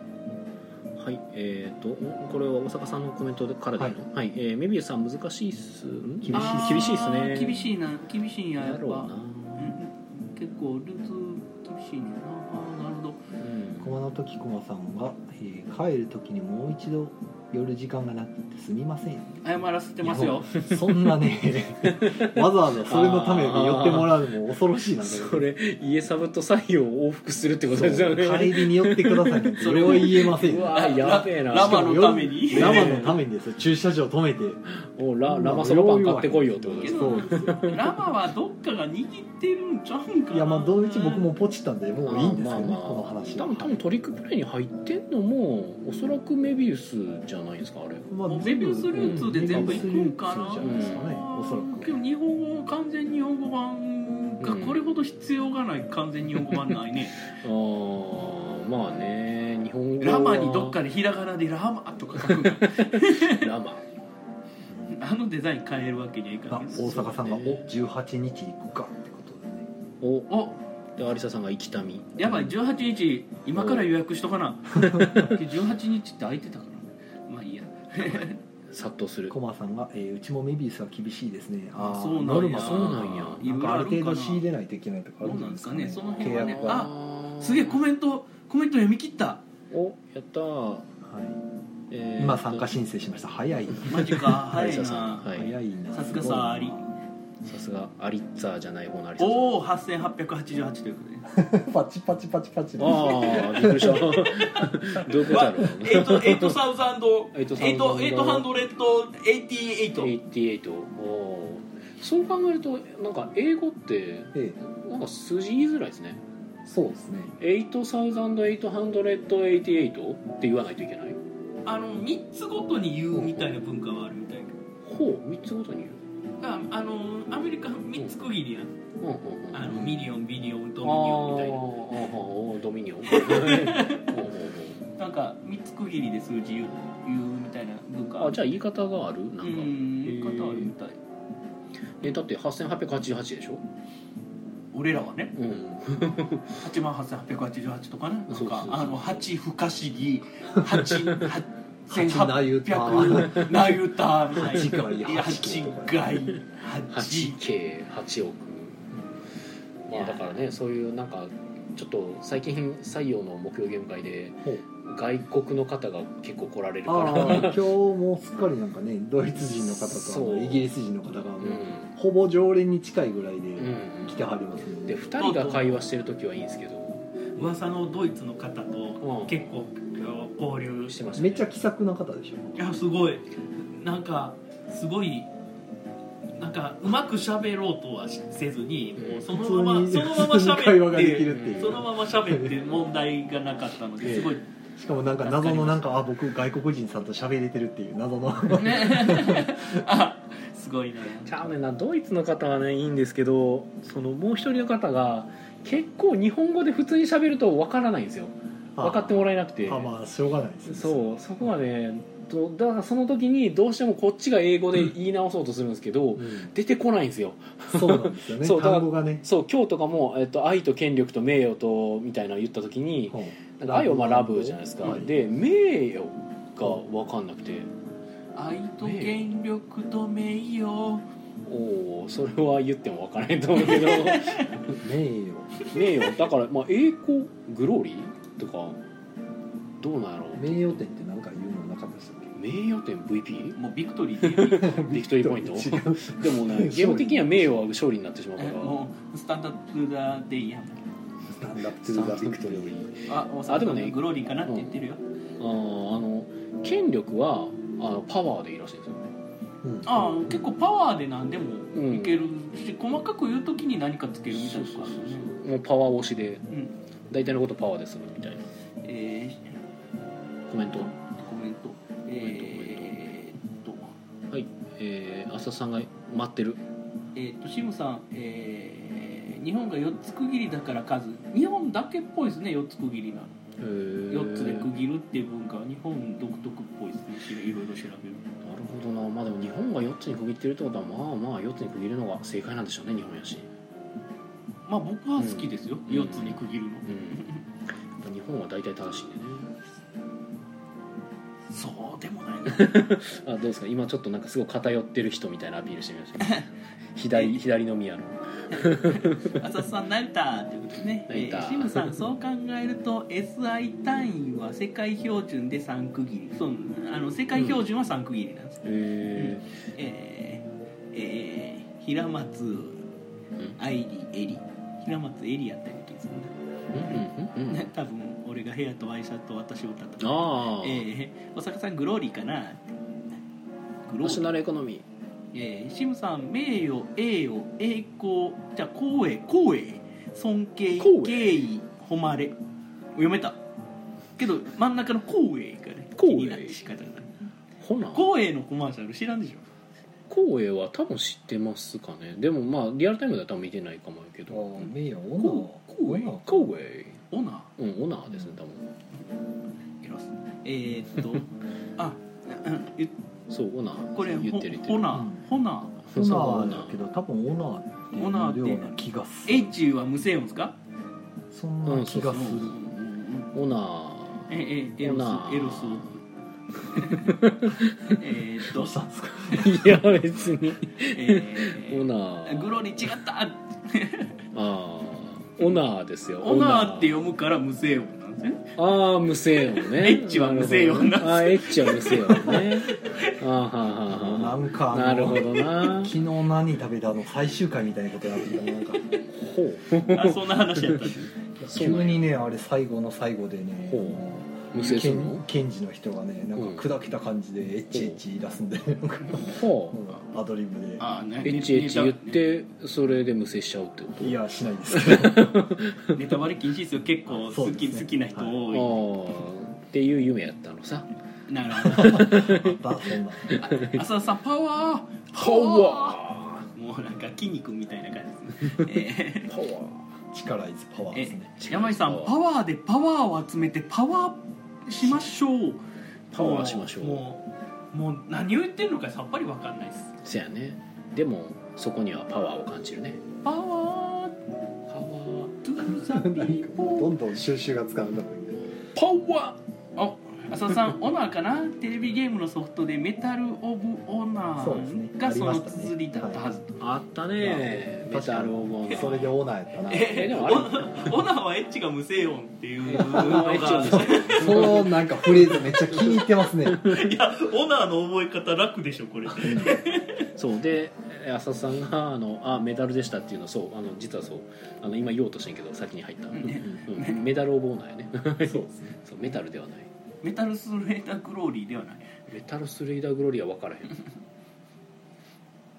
はいえー、とんこれは大阪さんのコメントからでいいのはい、えーメビウスさん難しいっすん厳あー厳しいっすね厳しいな厳しいんやややっぱろうなうん結構ルーツ厳しいねんなあーなるほどうん駒の時駒さんが、えー帰る時にもう一度寄る時間がなくてすみません謝らせてますよいやもうそんな [laughs] ねわざわざそれのために寄ってもらうのも恐ろしいなと思 [laughs] ってそれ家サブと採用を往復するってことですよね帰りに寄ってくださいなんてそれは言えませんうよわーやべえなラしかマものために生のためにですよ駐車場止めておララマそばパン買ってこいよってことですそうですよラマはどっかが握ってるんちゃうんかないやまあどのうち僕もポチったんでもういいんですけどね、まあまあまあこの話多は分多分トリックプレイに入ってんのもおそらくメビウスじゃないですかあれまあもうメ全部ビウスルーツで全部行くんかな、メビウスルーツじゃないですかねおそらでもく日本語完全日本語版がこれほど必要がない完全日本語版ないねあーまあね日本語はラマにどっかでひらがなで「ラマ」とか書くのラマあのデザイン変えるわけにはいあか大ない阪さんが「お18日行くか」ってことでねおおで有沙さんが生きたみやばい18日今から予約しとかな18日って空いてたからまあいいや殺到するコマさんが、えーうちもメビウスは厳しいですね」ああそうなんやノルマそうなんやなんかある程度仕入れないといけないとかあどるうんなんでですすかかねねその辺はね契約はあすげえコメントコメント読み切ったおやったー、はい、えー今参加申請しました早いマジか早有い沙なさんはい早いなさすがさありさすがアリッツァーじゃない方の有沙さんおお8888ということで [laughs] パチパチパチパチああびっくりしたどう [laughs] いうことやろうエイトエイトサウザンドエイト8,000エイトハンドレッドエイティエイト88おーそう考えるとなんか英語ってええなんか数字言いづらいですねそうですね8888って言わないといけないあの3つごとに言うみたいな文化はあるみたいほう3つごとにああのアメリカ3つ区切りやん言ううんうんうんあのミリオンビリオンドドミニオンみたいなドミニオンほうほうほななんか3つ区切りで数字言う言うみたいな文化うあじゃあ言い方があるなんかうん言い方あるみたいえだって8888でしょ俺らはねうん8万8888とかねなそうそんうかそうあの8不可思議8八なゆた [laughs] 8なゆたみたいな八回8回8 8K8 億まあだからねそういうなんかちょっと最近採用の目標ゲーム会でほう外国の方が結構来られるからああ今日もすっかりなんかねドイツ人の方とそあうのイギリス人の方がもううんほぼ常連に近いぐらいうでん来てはりますもんでね、 2人が会話してる時はいいんですけど噂のドイツの方うとん結構交流してましたねめっちゃ気さくな方でしょいやすごいなんかすごいなんかうまく喋ろうとはせずにもうそのまま普通そにのまま普通に会喋話っができてるっていうそのまま喋って問題がなかったのえで [laughs] えすごいしかもなんか謎のなんかあ僕外国人さんと喋れてるっていう謎のねあすごいねちゃうねんなドイツの方はねいいんですけどそのもう一人の方が結構日本語で普通に喋るとわからないんですよ [laughs] 分かってもらえなくてあまあしょうがないですねそうそこはねとだからその時にどうしてもこっちが英語で言い直そうとするんですけど、うん出てこないんですよそうなんですよ [laughs] ねそうだから単語がねそう今日とかも、えっと「愛と権力と名誉と」みたいなの言った時にほう「なんか愛はまあラブ」じゃないですか、はいで名誉が分かんなくて愛と権力と名誉おおそれは言っても分からへんと思うけど名誉名誉だから、まあ、栄光グローリーとかどうなんやろう名誉点って何か言うのなかった [laughs] でしたっ名誉点 [laughs] VP? もうビクトリーって言う [laughs] けビクトリーポイ [laughs] ント違うでもねゲーム的には名誉は勝利になってしまうからもうスタンダップだでいいやんスタンダップストゥターンダザッビプクトリーあ大あで阪ものねグローリーかなって言ってるよ、あーあの権力はあのパワーでいいらしいんですよねうんああ結構パワーで何でもうんいけるし、細かく言う時に何かつけるみたいなそう感そじうねもうパワー押しでうん大体のことパワーでするみたいなえコメントー、コメントえー、っとはいえー、浅田さんが待ってるえーっとシムさんえー日本が4つ区切りだから数日本だけっぽいですね4つ区切りなのへー4つでな区切るっていう文化は日本独特っぽいですねいろいろ調べるるほどなまあでも日本が4つに区切ってるってことはまあまあ4つに区切るのが正解なんでしょうね日本やしまあ僕は好きですよ、うん4つに区切るの、うんやっぱ日本は大体正しいんでねそうでもないなあどうですか今ちょっとなんかすごい偏ってる人みたいなアピールしてみました [laughs] 左左の宮の浅田さん成田ってことですね、え成田ー、シムさんそう考えると SI 単位は世界標準で3区切りそうあの世界標準は3区切りなんです、へえーえー平松えうん愛理エリ平松エリやったような気がするなうんうんうんうん多分俺が部屋とワイシャツと私を歌ったとああ、えー、大阪さんグローリーかなグロナショーナルエコノミーリー、えー、シムさん名誉栄誉栄光じゃあ光栄光栄尊敬光栄敬意誉れ読めたけど真ん中の光栄がね光栄気になって仕方がないほな光栄のコマーシャル知らんでしょ光栄は多分知ってますかねでもまあリアルタイムでは多分見てないかもやけあどー名誉こうこうオナーオナー光栄オナーうんオナーですね多分エロスえー、[laughs] っとあうんえそうオナーこれ言ほってる言ってホるナーホナそうオそうナオーナだーけど多分オナーっていうような気がすーる H は無声音ですかそんな気がすうるんうんオナええエロオナスーエロスえーっどとうしたんですかー [laughs] いや別にえーオナーグローリー違ったあーオナーですよオナーって読むから無声音なんです [laughs] ねああ無声 [laughs] 音ね H は無声音ななるほどねあー H は無声音ねあーはーなはーはんかあーのなるほどな昨日何食べたの最終回みたいなことやってたなんかほうあそんな話やったんですそう急なんやにねあれ最後の最後でねほう無声するの検事の人がねなうんんか砕けた感じでエッチエッチ言い出すんで、なんかほうアドリブであねエッチエッチ言っネてそれで無制しちゃうってこといやしない [laughs] ですけどタネタバレ禁止ですよ結構そ好うき、ですね好きな人あ多ーっていう夢やったのさいなるほどまたそんなあ浅田さんパワーパワーもうなんか筋肉みたいな感じです [laughs] ね、ーパワー力いずパワえーでーすねえ山井さんパワーでパワーを集めてパワーしましょうパワーしましょうもうもう何を言ってるのかさっぱりわかんないですせやねでもそこにはパワーを感じるねパ [laughs] ワーパワー to the ど people んどん収集がつかんだもんねパワあ浅田さんオナーかなテレビゲームのソフトでメタル・オブ・オナそうですねーがそのありましたね綴りだったはずと、ーあったねメタルオブオナそれでオーナーやったなえでもあれオナーはエッチが無声音っていうのオナーはエッチは無声がそのなんかフレーズめっちゃ気に入ってますねいやオナーの覚え方楽でしょこれそうで浅田さんがあのあメダルでしたっていうのそうあの実はそうあの今言おうとしてんけど先に入った、うんうんメダルオブオナーやねそう [laughs] そうメタルではないメタルスレーターグローリーではないメタルスレイダーグロリア分からへん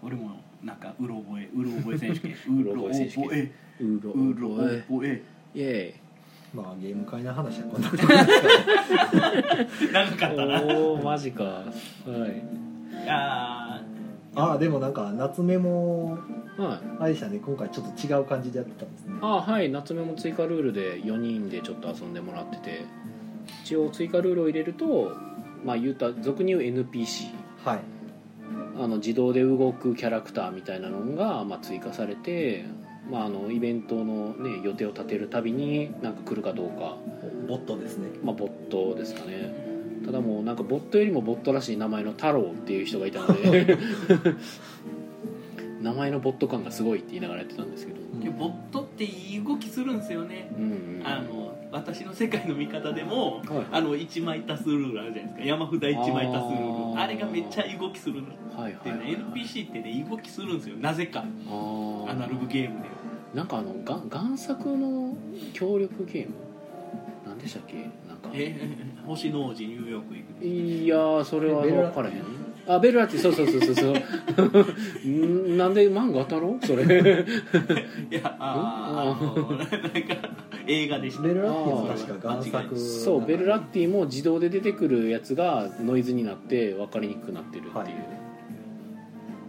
俺もなんかうろ覚えうろ覚え選手権うろ覚え選手権うろ覚えうろうろ覚え覚えイエーイ [laughs] まあゲーム会の話はこんなことなんですけど長かったなおおマジかはいあああでもなんか夏目もはいあれでしたね今回ちょっと違う感じでやってたんですねあはい夏目も追加ルールで4人でちょっと遊んでもらってて一応追加ルールを入れるとまあ言うた俗に言う NPC はいあの自動で動くキャラクターみたいなのが、まあ、追加されて、まあ、あのイベントの、ね、予定を立てるたびになんか来るかどうか、ボットですねまあ、ボットですかねただもうなんかボットよりもボットらしい名前の太郎っていう人がいた [laughs] ので名前のボット感がすごいって言いながらやってたんですけど、でボットっていい動きするんですよねうんうんあの私の世界の見方でもはいあの1枚足すルールあるじゃないですか山札1枚足すルールあーあれがめっちゃ動きするのはいはでいはい、ね NPC ってね動きするんですよなぜかあーアナログゲームでなんかあのが贋作の協力ゲームなんでしたっけなんかえ星の王子ニューヨーク行くいやーそれはベルラ分からへんあベルラティそうそうそうそう [laughs] そうんなんで漫画当たろうそ [laughs] れいやあーあのなんか映画でしたベルラッティあもー確か贋間違い作そうベルラッティも自動で出てくるやつがノイズになって分かりにくくなってるっていう、はい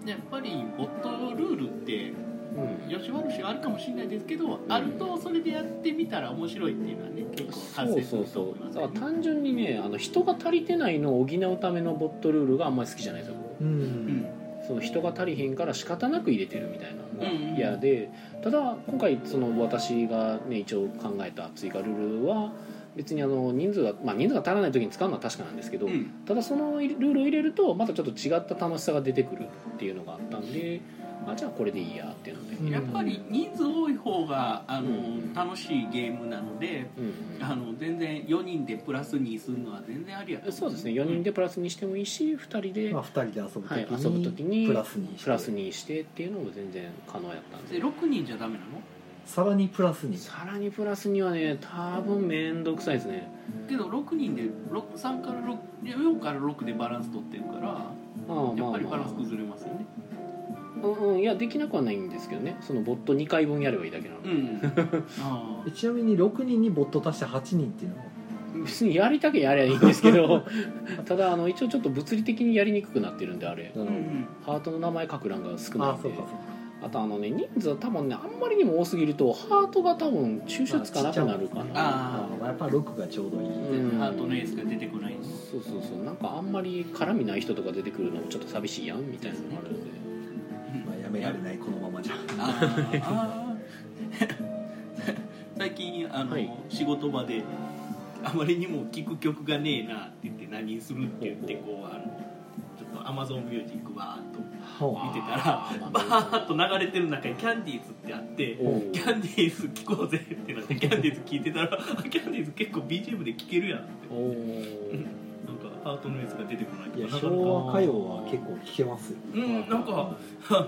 やっぱりボットルールってうんよし悪しはあるかもしれないですけど、あるとそれでやってみたら面白いっていうのはね結構発そう生すそうるとそ思いうまだすかねら単純にねあの人が足りてないのを補うためのボットルールがあんまり好きじゃないですよ僕うん、その人が足りへんから仕方なく入れてるみたいなのがうんうん嫌でただ今回その私が、ね、一応考えた追加ルールは別にあの人数が、まあ、人数が足らない時に使うのは確かなんですけど、うんうんただそのルールを入れるとまたちょっと違った楽しさが出てくるっていうのがあったんであじゃあこれでいいやっていうので、うんやっぱり人数多い方があの、うん楽しいゲームなのでうんあの全然4人でプラス2するのは全然ありやうんとそう思ですね4人でプラスにしてもいいし2人でまあ、2人で遊ぶはい時遊ぶ時にプラスにしてプラスにしてっていうのも全然可能やったんでで6人じゃダメなのさらにプラスにさらにプラスにはね多分面倒くさいですねけど6人で六3から6 4から6でバランス取ってるからああまあやまっぱありバランス崩れますよねうんうんいやできなくはないんですけどねそのボット2回分やればいいだけなのうで、 [laughs] んあえちなみに6人にボット足して8人っていうのは別にやりたけやりゃいいんですけど [laughs] ただあの一応ちょっと物理的にやりにくくなってるんであれなあ、うんうん、ハートの名前書く欄が少あないあんそでうかそうかあとあのね人数は多分ねあんまりにも多すぎるとハートが多分注射つかなくなるかな、ああーまあやっぱ6がちょうどいい、うん全然ハートのエースが出てこないのそうそうそうなんかあんまり絡みない人とか出てくるのもちょっと寂しいやんみたいなのもあるのでまあ、やめられないこのままじゃあーあー [laughs] 最近あの、はい仕事場であまりにも聴く曲がねえなって言って何するって言ってこうあのちょっとアマゾンミュージックバーっとほ見て [laughs] たらあーバーっと流れてる中にキャンディーズってあっておうキャンディーズ聴こうぜってなってキャンディーズ聴いてたらあキャンディーズ結構 BGM で聴けるやんっておーなんかハートのやつが出てこないとういやかなかなか昭和歌謡は結構聴けますようんなんかあの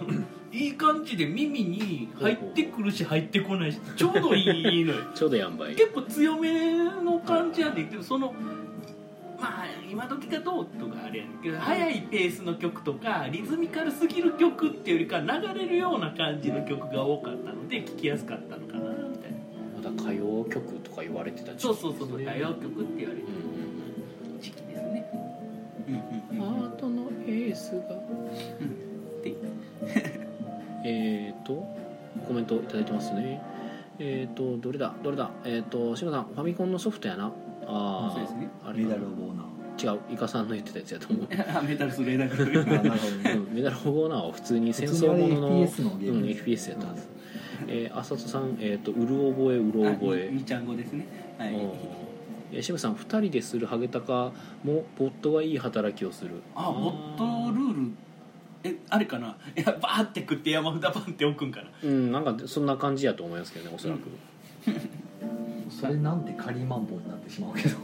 いい感じで耳に入ってくるし入ってこないしちょうどいいのよちょうどやんばい結構強めの感じやねんけどそのまあ今時かどうとかあれやねんけど速いペースの曲とかリズミカルすぎる曲っていうよりか流れるような感じの曲が多かったので聴きやすかったのかなみたいなまだ歌謡曲とか言われてた時期そうそうそうそう歌謡曲って言われるうんうんうん時期ですねハートのエースが [laughs] でえっとコメントいただいてますねえっ、とどれだどれだえっ、と志麻さんファミコンのソフトやなああそうですねあれメかダなルオブオーナー違うイカさんの言ってたやつやと [laughs] 思うあメタルスレーダーあクなるほどう [laughs] ねんメダル・オブ・オーナーは普通に普戦通に争あもれのの FPS のゲーうん、ム、 FPS やったはず、えー、浅戸さん、えっとうる覚えうろ覚えあみみちゃん語ですねはいうんえー、渋さん2人でするハゲタカもボットがいい働きをするあボットルールえあれかないやバーって食って山札バンって置くんかなうんなんかそんな感じやと思いますけどねおそらく、うんそれなんてカリーマンボウになってしまうけど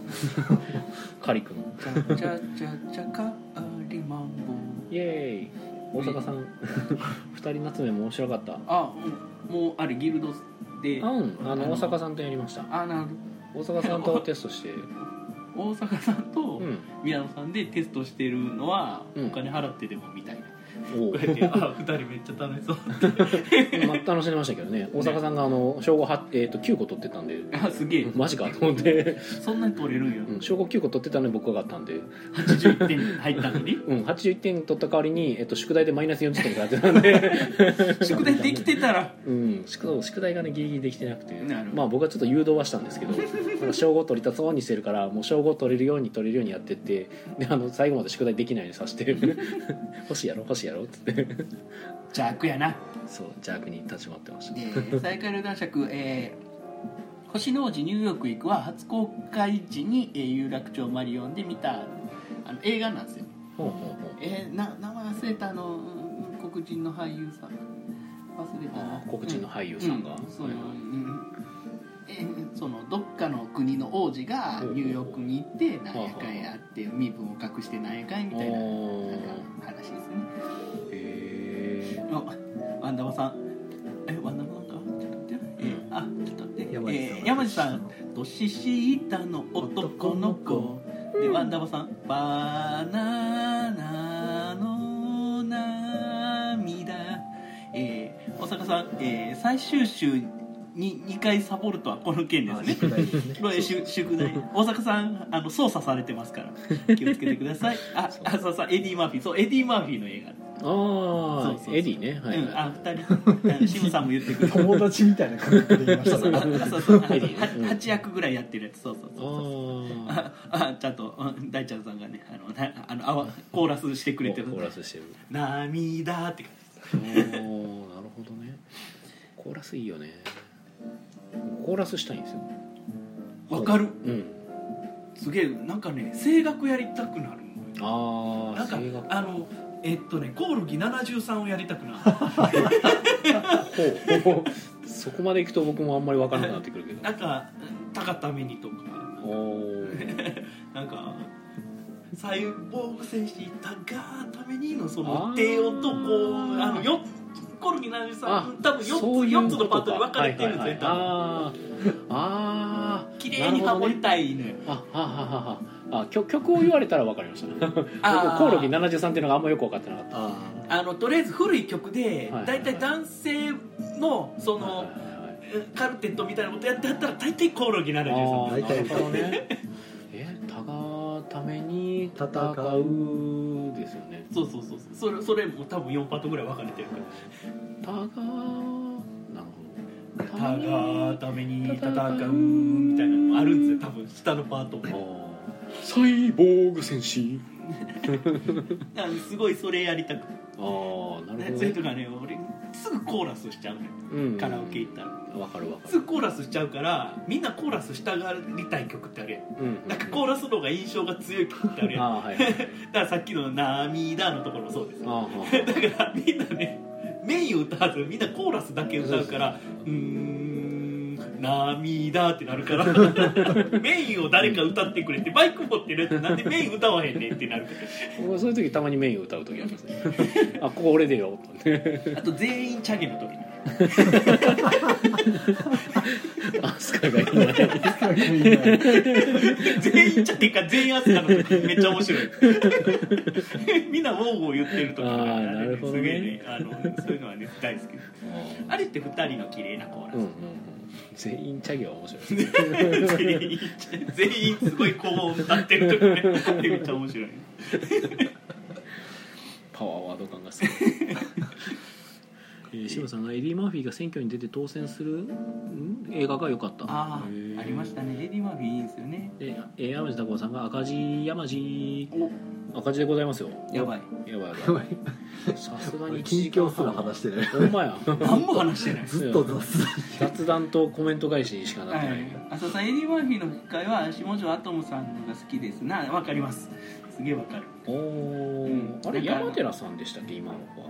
カリ君チャチャチャチャカリマンボイエーイ大阪さん二人夏目も面白かったあもうもうあれギルドでああうんあのあの大阪さんとやりましたなる大阪さんとテスト [laughs] してほど大阪さんとうん宮野さんでテストしてるのはうんお金払ってでもみたいな、おうこうやって「あ [laughs] 二人めっちゃ楽しそう」まあ、楽しんでましたけどね大阪さんがあの小5、はえー、と9個取ってたんであすげえマジかと思って、そんなに取れるんやうん、小5 9個取ってたのに僕が勝ったんで、 81点入ったの [laughs] にうん、81点取った代わりに、えっと宿題でマイナス40点が当てたんで、宿題できてたらうん、宿題宿題がねギリギリできてなくてなるほどまあ、僕はちょっと誘導はしたんですけど [laughs] なんか小5取りたそうにしてるからもう小5取れるように取れるようにやってってであの最後まで宿題できないようにさして [laughs] 欲しいやろ欲しいやろっつって邪悪やなそう邪悪に立ち回ってましたでサイカル男爵、えー星の王子ニューヨーク行くは初公開時に、えー有楽町マリオンで見たあの映画なんですよほうほうほうえー、な名前忘れたあのうん黒人の俳優さん忘れたなあー黒人の俳優さんが、うん、そうよ、うんえーそのどっかの国の王子がニューヨークに行ってなんやかんやあって身分を隠してなんやかんやみたいななんかおー話ですねへーあワンダマさんえワンダマさんかちょっと待ってよえーあちょっと待って山地さんえー山地さん年下の男の子でワンダバさん「バナナの涙」えー、大阪さん、えー最終週に2回サボるとはこの件であすね宿題ですねこれ [laughs] 宿宿題大阪さんあの操作されてますから気をつけてくださいああそうそうエディ・マーフィーそうエディ・マーフィーの映あそうそうそあうエディね画、はい、うん、あ2人シムさんも言ってくれた友達みたいな感覚で言いましそうそたうねあそうそうエディねうん8役ぐらいやってるやつそうそうそうそうああああちゃんとうん大ちゃんさんがねあのなあのあわコーラスしてくれてるコーラスしてる「涙」って感おーなるほどねコーラスいいよねコーラスしたいんですよじわかるうんすげえなんかね声楽やりたくなるああなんか声楽あのえっとねコオロギ73をやりたくなるほうほう [laughs] そこまでいくと僕もあんまりわからなくなってくるけどなんか高ためにとかおおーなんか細胞戦士たがためにのその低音とこうあのよコオロギ73多分そういう 4, つこのパーとかトに分かれてるんですはいねはい多分はいあーあー綺麗にハモりたいのよあははははあ曲曲を言われたらわかりました [laughs] 僕あコーオロギ73っていうのがあんまよく分かってなかっあああのとりあえず古い曲ではい大体男性のそたはいのはいはいカルテットみたいなことやってはったら大体コオロギ73ああ大体なるほどね [laughs] えたがために戦うですよねそうそうそうそうそれそれも多分4パートぐらい分かれてるからたがなる「ほどたがために戦う」みたいなのもあるんですよ多分下のパートあもーサイボーグ戦士あのすごいそれやりたくてああなるほそどれねとかね俺すぐコーラスしちゃうのようんカラオケ行ったらわかるわかするぐコーラスしちゃうからみんなコーラスしたがりたい曲ってあるやんうんうんなんかコーラスの方が印象が強い曲ってあるやんああはいはいはいだからさっきの「涙」のところもそうですああはだからみんなねメイン歌わずみんなコーラスだけ歌うから「うーん涙」ってな [laughs] るからメインを誰か歌ってくれってマイク持ってるやつなんでメイン歌わへんねんってなるあ [laughs] そういう時たまにメインを歌う時あります [laughs] ねあここ俺でよと思ってあと全員チャゲの時にアスカが [laughs] いない全員チャゲか全員アスカの時めっちゃ面白いみんなウォーウォー言ってる時あーあれなるほどねすげえねあのそういうのはね大好きですあれって2人の綺麗なコーラス [laughs] うんうんうん全員チャゲは面白いです [laughs] ね全員全員すごい高音歌ってる時ねめっちゃ面白いパワーワード感がすごい [laughs] えー、志麻さんがエディ・マーフィーが選挙に出て当選するん映画が良かったあへーあありましたねエディ・マーフィーいいんですよねで、えー、山地孝さんが赤字山地お赤字でございますよやばいやばいやばいさすがに [laughs] 近況すら話してない [laughs] ほんまや何も話してないずっと雑雑談とコメント返しにしかなってない、浅田さんエディ・マーフィーの吹き替えは下條アトムさんのが好きですなわかりますすげえわかるおお、うんあれなんか山寺さんでしたっけ今のはん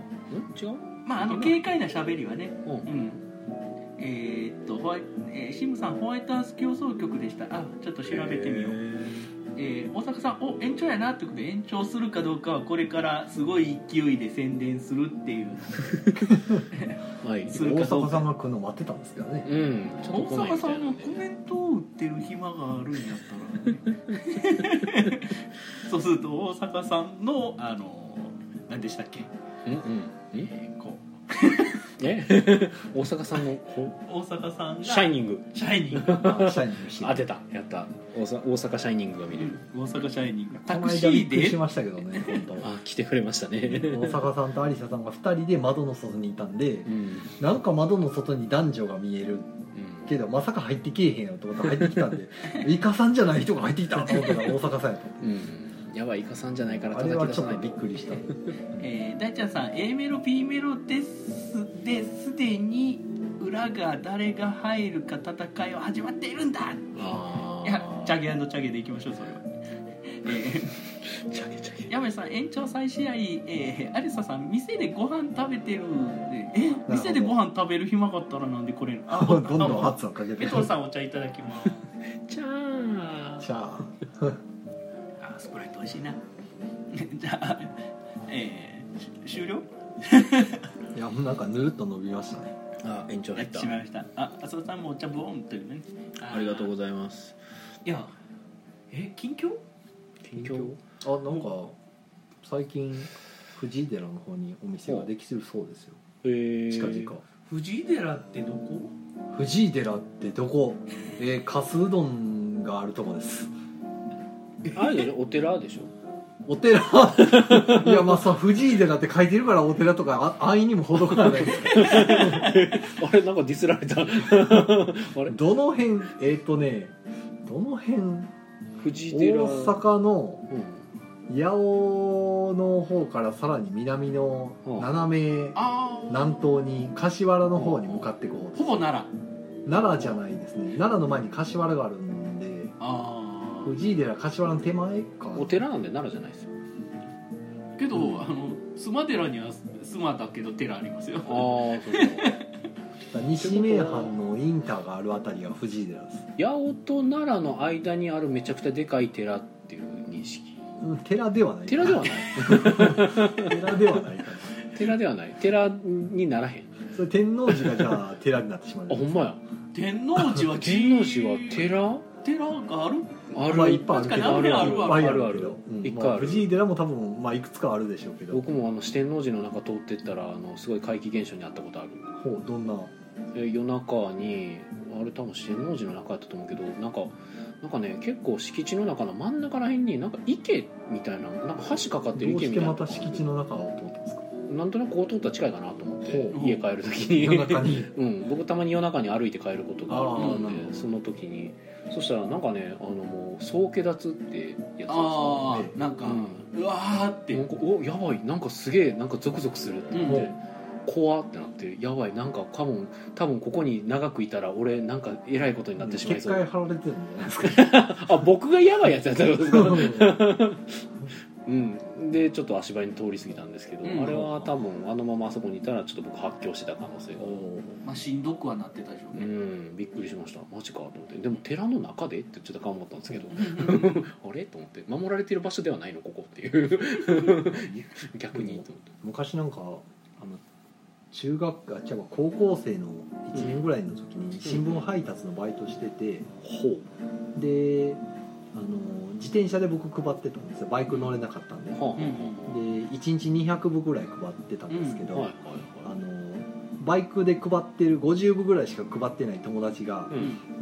違うまああの軽快な喋りはねうんうんえーっとホワイ、えーシムさんホワイトハウス競争曲でしたあちょっと調べてみようえー大阪さんお延長やなってことで延長するかどうかはこれからすごい勢いで宣伝するっていうはいす大阪さんが来るの待ってたんですけどねうんちょ大っと来ない阪みさたいんなのんでコメントを打ってる暇があるんやったらね、そうすると大阪さんのあの何でしたっけうんうんんえーこえ [laughs] 大阪さんのこう大阪さんがうシャインニンググシャイニングまあ社員の人当てたやった大阪大阪シャイニングが見れる大阪シャイニングこタのクシ間びーっくりしでましたけどね本当あ来てくれましたね大阪さんと有沙さんが2人で窓の外にいたんでうんなんか窓の外に男女が見えるうんけどまさか入ってけえへんよと思って入ってきたん [laughs] でイカさんじゃない人が入ってきたと思ったら大阪さんやとうんやばいイカさんじゃないからあれ叩きは出ちさょっなといびっくりしたえー、大ちゃんさん A メロ B メロですですでに裏が誰が入るか戦いは始まっているんだあいーやチャゲチャゲでいきましょうそれは。えチャゲチャゲー、やめさん延長再試合、えー、有沙さん店でご飯食べてるえど店でご飯食べる暇があったらなんでこれあ [laughs] どんどん圧をかけ [laughs] てペトロさんお茶いただきますチャーじゃああスプライト美味しいな [laughs] じゃあ、えー、終了いやもうなんかぬるっと伸びましたねあ延長や入っってたしまいましたあ浅田さんもお茶ブオンというねありがとうございざいますますいやえ近況近況あなんか最近藤井寺の方にお店ができてるそうですよえー近々藤井寺ってどこ藤井寺ってどこえー、かすうどんがあるとこですあれでしょお寺でしょお寺 [laughs] いやまあさ藤井寺って書いてるからお寺とかあ安易にも程がないですけど [laughs] あれなんかディスられ [laughs] たあれどの辺えっ、とねどの辺藤井寺大阪のうん八尾の方からさらに南のうん斜めああ南東に柏原の方に向かってこうほぼ奈良奈良じゃないですね奈良の前に柏原があるんでああ藤井寺柏原の手前かお寺なんで奈良じゃないですよけど、あの須磨寺には須磨だけど寺ありますよああそうか西名阪のインターがあるあたりが藤井寺です八尾と奈良の間にあるめちゃくちゃでかい寺っていう認識うん寺ではない寺ではない寺ではないかな寺ではない寺にならへんあそれ天王寺がじゃあ寺になってしまうほんまや天王寺は天王寺は寺寺があるあまあるいっぱいあるけど確かにあるいっあぱいあるけあど、うん一ま回あある藤井寺も多分、まあ、いくつかあるでしょうけど僕もあの四天王寺の中通ってったらあのすごい怪奇現象にあったことあるほうどんなえ夜中にあれ多分四天王寺の中やったと思うけどなんかなんかね結構敷地の中の真ん中らへんになんか池みたいななんか橋かかってるどう池しみてたいなまた敷地の中を通ったんで [laughs] すかなんとなくこう通ったら近いかなと思ってほう家帰る時世のに中にうん、僕たまに夜中に歩いて帰ることがあるあーなるのほでどその時にそしたらなんかねあのもう総気立つってやつなんああなんか、うわーっでて、すよなんかおやばいなんかすげえなんかゾクゾクするって思って、うん怖ってなってやばいなんか多分多分ここに長くいたら俺なんかえらいことになってしまい結そ界う張られてるんじゃないですかあ僕がやばいやつやったんですか、ううん、でちょっと足早に通り過ぎたんですけど、うんあれは多分あのままあそこにいたらちょっと僕発狂してた可能性があるまあ、しんどくはなってたでしょううね、んびっくりしましたマジかと思ってでも寺の中でってちょっと勘思ったんですけど [laughs] あれと思って守られてる場所ではないのここっていう [laughs] 逆にと思って昔なんかあの中学あ違うわ高校生の1年ぐらいの時に新聞配達のバイトしてて、ほうであの自転車で僕配ってたんですよバイク乗れなかったんで、はうんうんで1日200部ぐらい配ってたんですけあど、はいはいあはいのバイクで配ってる50部ぐらいしか配ってない友達が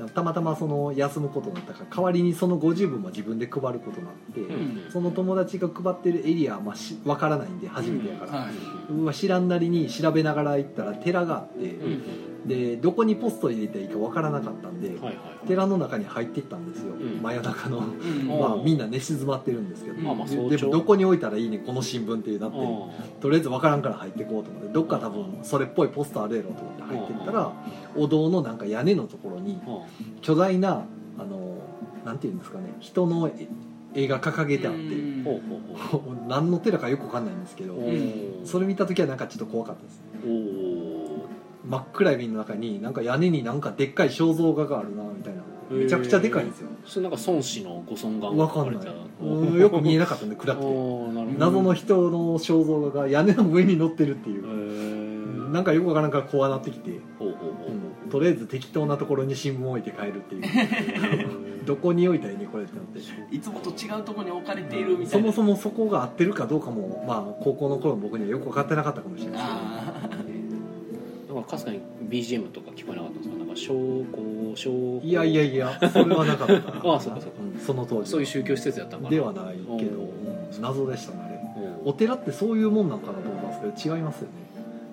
う、んたまたまその休むことになったから代わりにその50部も自分で配ることになって、うんその友達が配ってるエリアは、まあ、し分からないんで初めてやから、はうわ知らんなりに調べながら行ったら寺があって、うんうんでどこにポスト入れていいか分からなかったんで、はいはいはい寺の中に入っていったんですよ、ん真夜中の、い、うんあまあおうみんな寝静まってるんですけど、ままあまあで早で朝もどこに置いたらいいねこの新聞っていうなってあとりあえず分からんから入ってこうと思ってどっか多分それっぽいポスターあるやろと思って入ってったらお堂のなんか屋根のところにあは巨大なあのなんていうんですかね人の絵絵が掲げてあっうてんあほうほうほう [laughs] 何の寺かよく分かんないんですけどおーそれ見た時はなんかちょっと怖かったですおー真っ暗闇の中になんか屋根になんかでっかい肖像画があるなみたいなめちゃくちゃでかいんですよそれなんか孫子のご尊顔分かんれないたうんよく見えなかったんで暗くておーなるほど謎の人の肖像画が屋根の上に乗ってるっていへうーなんかよく分からんから怖なってきて [laughs] ほうほうほうほう [laughs] とりあえず適当なところに新聞を置いて帰るっていうどこに置いたらいいねこれってなっていつもと違うところに置かれているみたそいなもそもそこが合ってるかどうかも、まあ、高校の頃の僕にはよく分かってなかったかもしれないですあだからかすかに BGM とか聞こえなかったんですかなんか小高小いやいやいやそれはなかったな [laughs] ああそうかそうかんその当時はそういう宗教施設やったんかなではないけどおうん謎でしたねあれうんお寺ってそういうもんなんかなと思ったんですけど違いますよね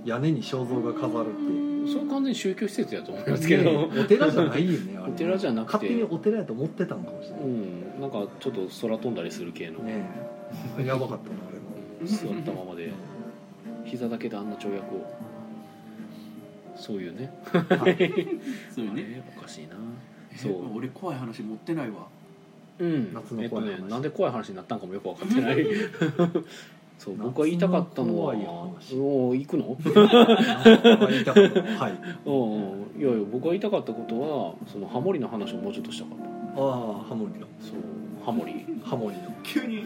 屋根に肖像が飾るってそれ完全に宗教施設やと思いますけど、ねお寺じゃないよねあれお寺じゃなくて勝手にお寺やと思ってたのかもしれなうい、んなんかちょっと空飛んだりする系の、ねえやばかったなあれもうん座ったままで膝だけであんな跳躍をそういうねーそうよねあれおかしいなそそうう俺怖い話持ってないわうん夏の怖い話えっとね、なんで怖い話になったんかもよく分かってない [laughs] そう僕は言いたかったのは夏の怖い話おお行くのあ言いたかったなはいうんうんいやいや僕が言いたかったことはそのハモリの話をもうちょっとしたかったああハモリのそうハモリハモリの急に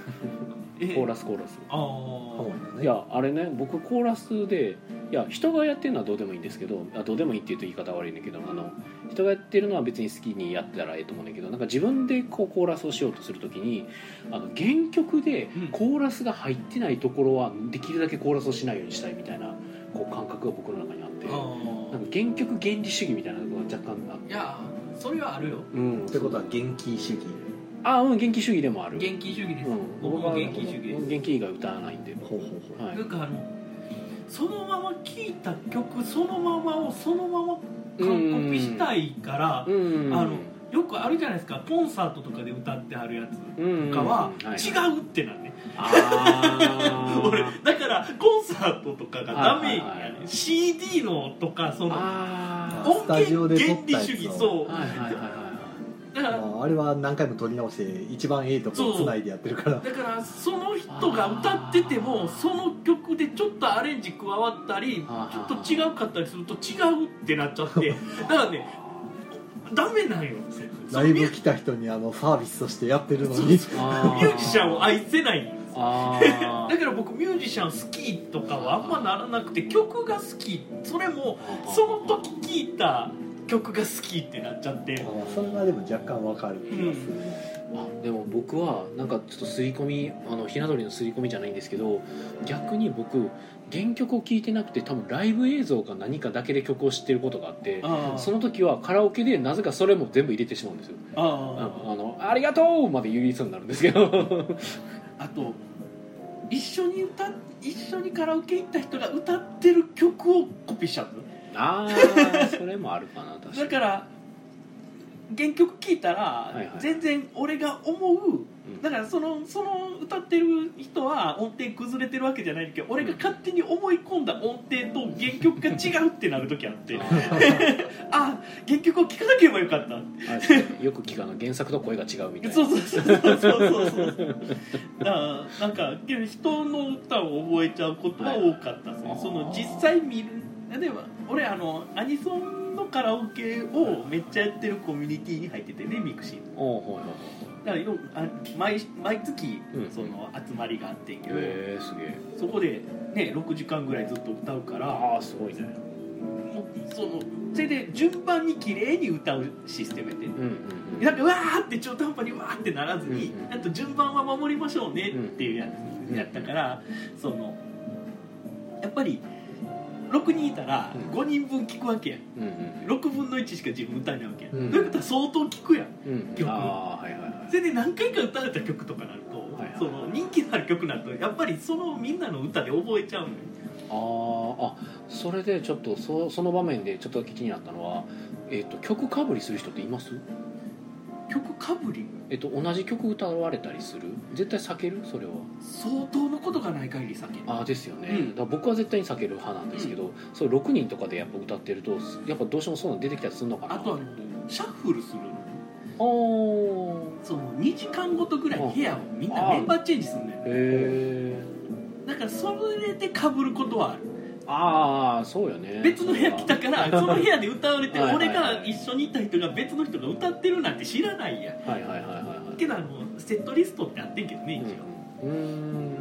えコーラスコーラスあハモーリのねいやあれね僕コーラスでいや人がやってるのはどうでもいいんですけどあどうでもいいって言うと言い方悪いんだけどあの人がやってるのは別に好きにやったらええと思うんだけどなんか自分でこうコーラスをしようとするときにあの原曲でうんコーラスが入ってないところはできるだけコーラスをしないようにしたいみたいなこう感覚が僕の中にあってあなんかー原曲原理主義みたいなのが若干あっていやそれはあるようん、ってことは元気主義あうん元気主義でもある現金主義です、うん、僕はも現金主義です、元気以外歌わないんで、ほうほうほうはいなんかあのそのまま聴いた曲そのままをそのまま完コピしたいからうんあのよくあるじゃないですかコンサートとかで歌ってあるやつうんとかは違ううってなんねあ [laughs] ー俺だからコンサートとかがダメはいはやいねは CD のとかそのあ音スタジオ源で撮原った理やつ主を義そーはいはいはいはいうだからまあ、あれは何回も撮り直して一番ええとこつないでやってるからだからその人が歌っててもその曲でちょっとアレンジ加わったりはあはあちょっと違うかったりすると違うってなっちゃってだからねダメなんよライブ来た人にあのサービスとしてやってるのにあミュージシャンを愛せないあーだから僕ミュージシャン好きとかはあんまならなくて曲が好きそれもその時聴いた曲が好きってなっちゃってあそれはでも若干わかる気がするね、あでも僕はなんかちょっと刷り込みあのひな鳥の刷り込みじゃないんですけど逆に僕原曲を聴いてなくて多分ライブ映像か何かだけで曲を知ってることがあってあその時はカラオケでなぜかそれも全部入れてしまうんですよああのありがとうまで言いそうになるんですけどあと一緒に歌っ一緒にカラオケ行った人が歌ってる曲をコピーしちゃうああそれもあるかな確かにだから原曲聴いたらいはい全然俺が思ううんだからそのその歌ってる人は音程崩れてるわけじゃないけど俺が勝手に思い込んだ音程と原曲が違うってなる時あってああ原曲を聴かなければよかったーあれですねよく聞くあの原作と声が違うみたいなそうそうそうそうそうそうだからなんかけど人の歌を覚えちゃうことは多かったですね、はいその実際見る例えば俺あのアニソンのカラオケをめっちゃやってるコミュニティに入っててねミクシーおうほいほいだからよあ毎毎月うんその集まりがあってんけど、ほいへえすげえそこでね6時間ぐらいずっと歌うからああすごいねもうそのそれで順番に綺麗に歌うシステムやってんうんうんうんなんかうわーって中途半端にうわーってならずに、うんうんあと順番は守りましょうねっていうやつうんやったから、そのやっぱり6人いたらうん5人分聞くわけやんうんうん6分の1しか自分歌えないわけやん、うんということは相当聞くやんうん曲ああはいはいはいそれで何回か歌われた曲とかなると、はいはいその人気のある曲になるとやっぱりそのみんなの歌で覚えちゃうのよあーあそれでちょっとそその場面でちょっとだけ気になったのは、えっと曲かぶりする人っています、曲かぶりえっと同じ曲歌われたりする絶対避けるそれは相当のことがない限り避けるああですよね、うんだから僕は絶対に避ける派なんですけど、そう6人とかでやっぱ歌ってるとやっぱどうしてもそういうの出てきたりするのかなあとはねシャッフルするのおーその2時間ごとぐらい部屋をみんなメンバーチェンジするんだよへえだからそれでかぶることはあるああそうよね別の部屋来たからその部屋で歌われてはいはい俺が一緒にいた人が別の人が歌ってるなんて知らないやんはいはいはいはいはいけどあのセットリストってあってんけどねうん一応うーん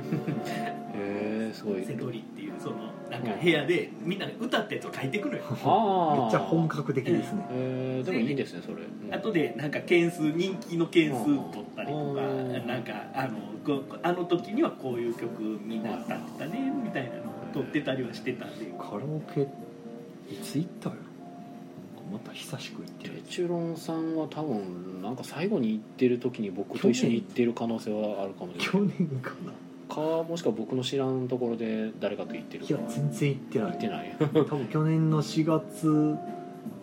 へえすごいセドリっていうそのなんか部屋でみんなで歌ってと書いてくのよああめっちゃ本格的ですね、えー、でもいいですねそれ、うん後でなんか件数人気の件数取ったりとかうんなんかあのこあの時にはこういう曲みんな歌ってたねみたいなのを取ってたりはしてたんでカラオケいつ行ったよまた久しく行ってテるチュロンさんは多分なんか最後に行ってる時に僕と一緒に行ってる可能性はあるかもしれ去ない年かなかもしくは僕の知らんところで誰かと行ってるいやか全然行ってな行いってない多分去年の4月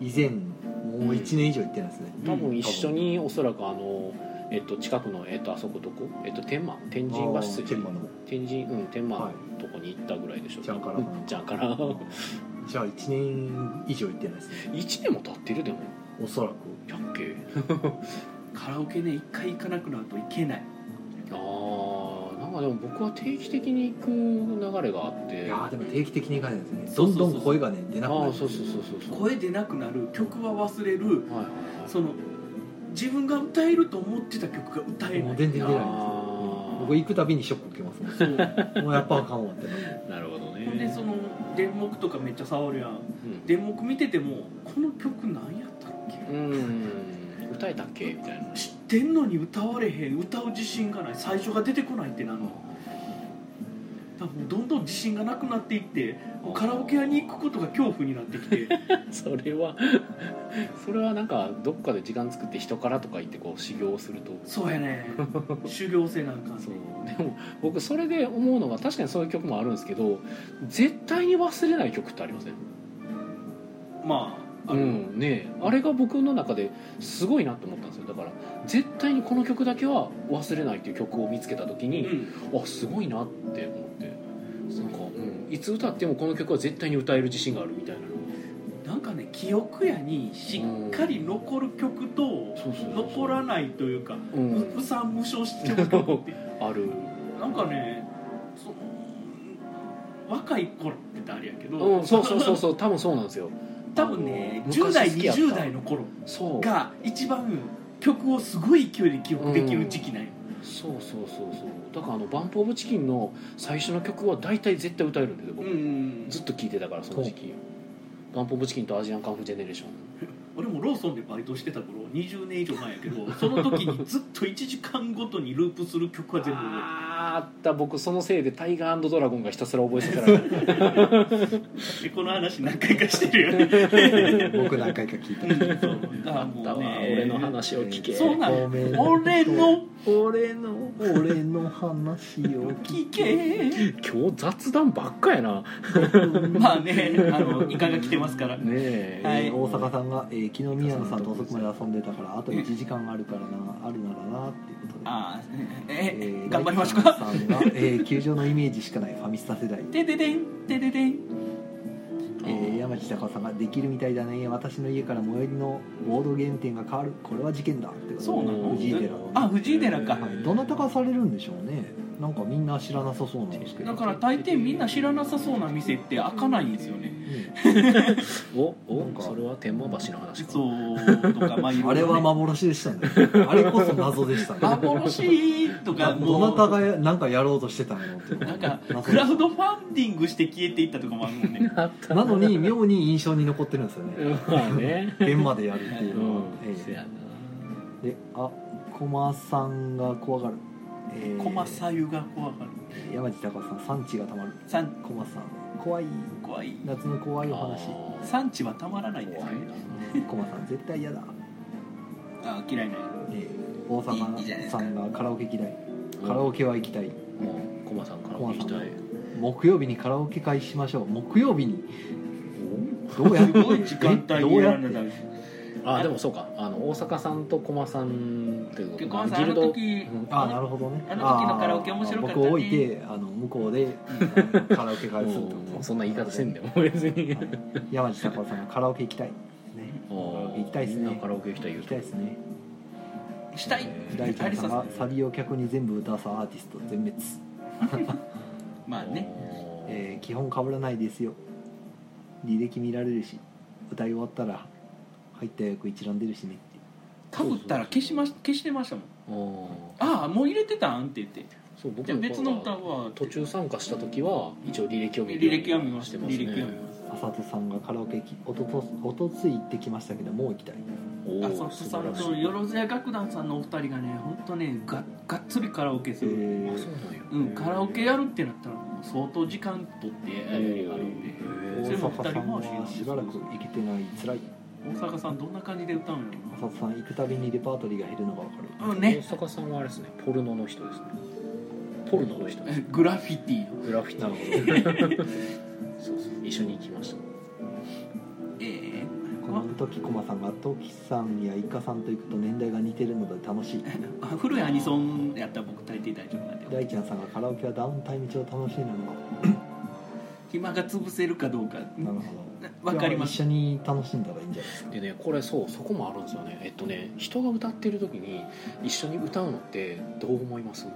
以前もう1年以上行ってないですね、 [laughs] 多分一緒におそらくあの、えっと、近くの、えっと、あそこどこ、えっと、天満天神橋筋天満の天神うん天満のはいとこに行ったぐらいでしょじゃんからうんじゃんから [laughs] じゃあ1年以上行ってないですね1年も経ってるでもおそらくやっけカラオケね一回行かなくなるといけないあーなんかでも僕は定期的に行く流れがあっていやーでも定期的に行かないですねそどうそんうそうどん声がね出なくあなあるそうそうそうそうそう声出なくなる曲は忘れはるいはいはいその自分が歌えると思ってた曲が歌えなもうい全然出ないですねあー僕行くたびにショック受 [laughs] けますもんもうやっぱあかんわってななるるほどねほんでその電目とかめっちゃ触るやんうん電目見ててもこの曲何やったっけうん歌えたっけみたいな知ってんのに歌われへん歌う自信がない最初が出てこないってなるのだからもうどんどん自信がなくなっていってもうカラオケ屋に行くことが恐怖になってき [laughs] てそれは [laughs] それはなんかどっかで時間作って人からとか言ってこう修行をするとそうやね修行生なんかんねそうでも僕それで思うのが確かにそういう曲もあるんですけど絶対に忘れない曲ってありませんまあうあの、んねえあれが僕の中ですごいなと思ったんですよだから絶対にこの曲だけは忘れないっていう曲を見つけた時うに、んあすごいなって思ってなんか、うん、いつ歌ってもこの曲は絶対に歌える自信があるみたいななんかね記憶やにしっかり残る曲とそうそうそう残らないというかううん不参無償してる曲って [laughs] あるなんかねその若い頃って誰やけど、うんそうそうそうそう多分そうなんですよ [laughs] 多分ねあの10代昔好きやった20代の頃そうが一番曲をすごい勢いで記憶できる時期なんよ、そうそうそうそうだからあの「バンプ・オブ・チキン」の最初の曲は大体絶対歌えるんだけど、う僕んうんずっと聴いてたからその時期「バンプ・オブ・チキン」と「アジアン・カンフー・ジェネレーション」俺もローソンでバイトしてた頃20年以上前やけどその時にずっと1時間ごとにループする曲は全部覚あーあった僕そのせいで「タイガードラゴン」がひたすら覚えさせられ [laughs] たえてるこの話何回かしてるよ [laughs] ね僕何回か聞いたそうだからあっもたうわね俺の話を聞けそうなのごめん俺の俺の俺の話を聞 [laughs] け今日雑談ばっかやなまあねあのイカが来てますからねえ、はい大阪さんが、えー昨日宮野さんと遅くまで遊んでたからあと1時間あるからなあるならなっていうことで、ああええー頑張りましょう大地かさんが、えー球場のイメージしかないファミスタ世代、てででんてででんえー山地孝さんが「できるみたいだね私の家から最寄りのボードゲーム店が変わるこれは事件だ」ってことでそうなの藤井寺のあ藤井寺かはい、どなたがされるんでしょうねなんかみんな知らなさそうなんですけどだから大抵みんな知らなさそうな店って開かないんですよねうおなんおかそれは天満橋の話かそうとかまあいろいんろあれは幻でした [laughs] ねあれこそ謎でしたね幻とかどもなたうがなんかやろうとしてたのってなんかクラウドファンディングして消えていったとかもあるもんねあったなのに妙に印象に残ってるんですよね [laughs] まあ [laughs] ね現場でやるっていううのはん、えせやなえであ駒さんが怖がる、えー駒さゆが怖がる山地隆さん産地がたまるさん駒さん怖い怖い夏の怖いおあ話ー産地はたまらないんですよ怖いな駒さん絶対嫌だ、あ嫌いなえー、大いいいいじゃないで阪すさかんがカラオケ嫌いカラオケは行きたいもう駒さんから聞きたい木曜日にカラオケ会しましょう木曜日にどうやっすてごい時間え帯どにうややっんてでたあでもそうかあの大阪さんと駒さんっていうこと駒さんギルあドの時うんあなるほどねあの時のカラオケ面白かったねあー僕を置いてあの向こう [laughs] でカラオケ会するってこもとうそんな言い方せんでも [laughs] 別にはい山地孝さんがカラオケ行きたいですね行きたいっすねみんなカラオケ行きたい言行うきとたいですねしたい大ちゃんさんがサビを客に全部歌わさアーティスト全滅、まあねええー基本被らないですよ履歴見られるし歌い終わったら入った予約一覧出るしねってかぶったら消しまし消してましたもんーああもう入れてたんって言ってそう僕じゃあ別の歌はは途中参加した時は一応履歴を見る履歴は見まししてたますね履歴は見ました浅田さんがカラオケきおととおとつい行ってきましたけどもう行きたいお浅草さんとよろずや楽団さんのお二人がね本当ねががっつりカラオケする、あえそうなんやうん、カラオケやるってなったらもう相当時間取ってやるようになるんで大それも阪二さ人んはもしばらく行けてないつらい大阪さんどんな感じで歌うんやろ浅田さん行くたびにレパートリーが減るのが分かるうなう大んね阪さんはあれですねポルノの人ですねポルノの人ですグラフィティのグラフィティのそうそう一緒に行きましたえ [laughs] この時コマさんがトキさんやイカさんと行くと年代が似てるので楽しいえ古いアニソンやったら僕大抵大丈夫なんで大ちゃんさんがカラオケはダウンタイム中楽しいなのか暇が潰せるかどうかなるほどわかります一緒に楽しんだらいいんじゃないですかでねこれそうそこもあるんですよねえっとね人が歌ってる時に一緒に歌うのってどう思います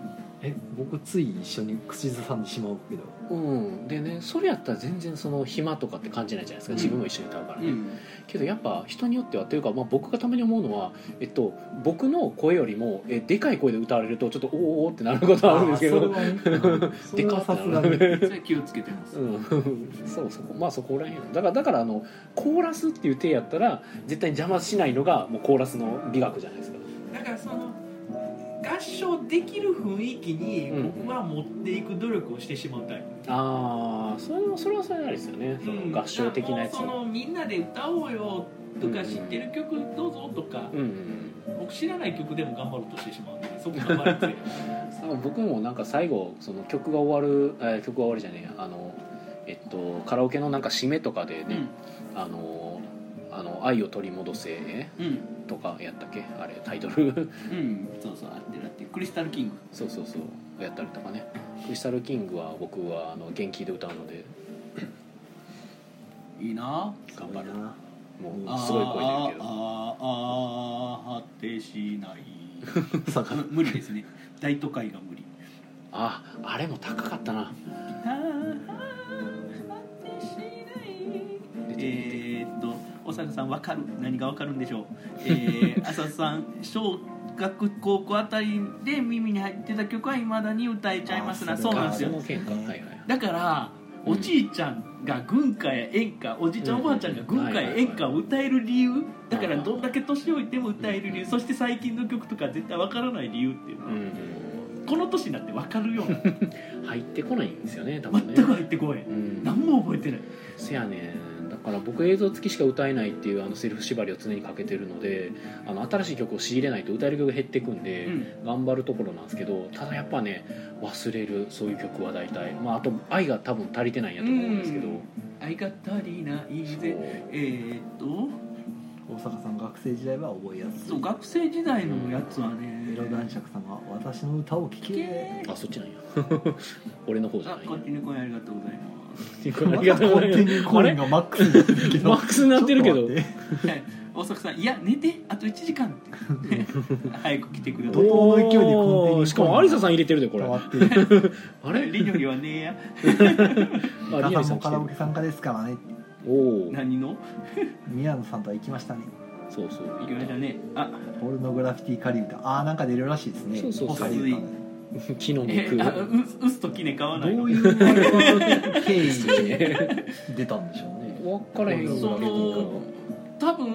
え僕つい一緒に口ずさんでしまうけどうんでねそれやったら全然その暇とかって感じないじゃないですかうん自分も一緒に歌うからうね、んけどやっぱ人によってはというか、まあ、僕がたまに思うのは、えっと、僕の声よりもえでかい声で歌われるとちょっとおーおーってなることはあるんですけあそれどはねうんそれはさすがにそれは気をつけてます、うん、 [laughs] そうそこまあそこらへんだからだからあのコーラスっていう手やったら絶対に邪魔しないのがもうコーラスの美学じゃないですかだからその合唱できる雰囲気にうん僕は持っていく努力をしてしまうタイプ、ああそれはそれはそれありですよねそうんの合唱的なやつだからもうそのみんなで歌おうよとか知ってる曲どうぞとか、うんうん僕知らない曲でも頑張ろうとしてしまうんでそこ [laughs] 頑張るってあ僕もなんか最後その曲が終わる、えー曲が終わるじゃねえやあのえっとカラオケのなんか締めとかでうねん、あのあの愛を取り戻せうんとかやったっけあれタイトル [laughs] うんそうそうあってるあってるクリスタルキングそうそうそうやったりとかねクリスタルキングは僕はあの元気で歌うのでいいな頑張るなもうすごい声出るけどああああ果てしないさか無理ですね大都会が無理ああれも高かったな出てる出てるえーっと大阪さんわかる何がわかるんでしょう、 [laughs] えー、浅田さん小学高校あたりで耳に入ってた曲はいまだに歌えちゃいますなあそうなんですあよその件かはいはいはいだからうんおじいちゃんが軍歌や演歌おじいちゃんおばあちゃんが軍歌やうん演歌を歌える理由だからはいはいどんだけ年老いても歌える理由そして最近の曲とか絶対わからない理由っていうのうはんこの年になってわかるような入ってこないんですよね多分ね全く入ってこいうん何も覚えてないせやねんだから僕映像付きしか歌えないっていうあのセルフ縛りを常にかけてるのであの新しい曲を仕入れないと歌える曲が減っていくんで、うん頑張るところなんですけどただやっぱね忘れるそういう曲は大体、まあ、あと愛が多分足りてないんやと思うんですけど、うん相方りないぜえー、っと大阪さん学生時代は覚えやすそうい学生時代のやつはねエロ男爵さんが私の歌を聴けけあそっちなんや [laughs] 俺の方じゃあないコンティニューコインありがとうございますありがとうございますコインがマックスになってるけどマックスになってるけどちょっと待ってはい大阪さん「いや寝てあと1時間」 [laughs] 早く来てくださ怒い涛の勢いでコンティニューコインおーしかも有沙さん入れてるでこれあ変わってれるりのりはねえやあ皆リアさリんさもん来てカラオるケ参加ですからねおおー何の宮野さんとは行きましたねそうそう行きましたねあポルノグラフィティ仮歌ああなんか出るらしいですねそうそうそうポスターで歌う昨日の [laughs] え句あううすときね買わないどのういう経緯で出たんでしょうね分からへんそのの多分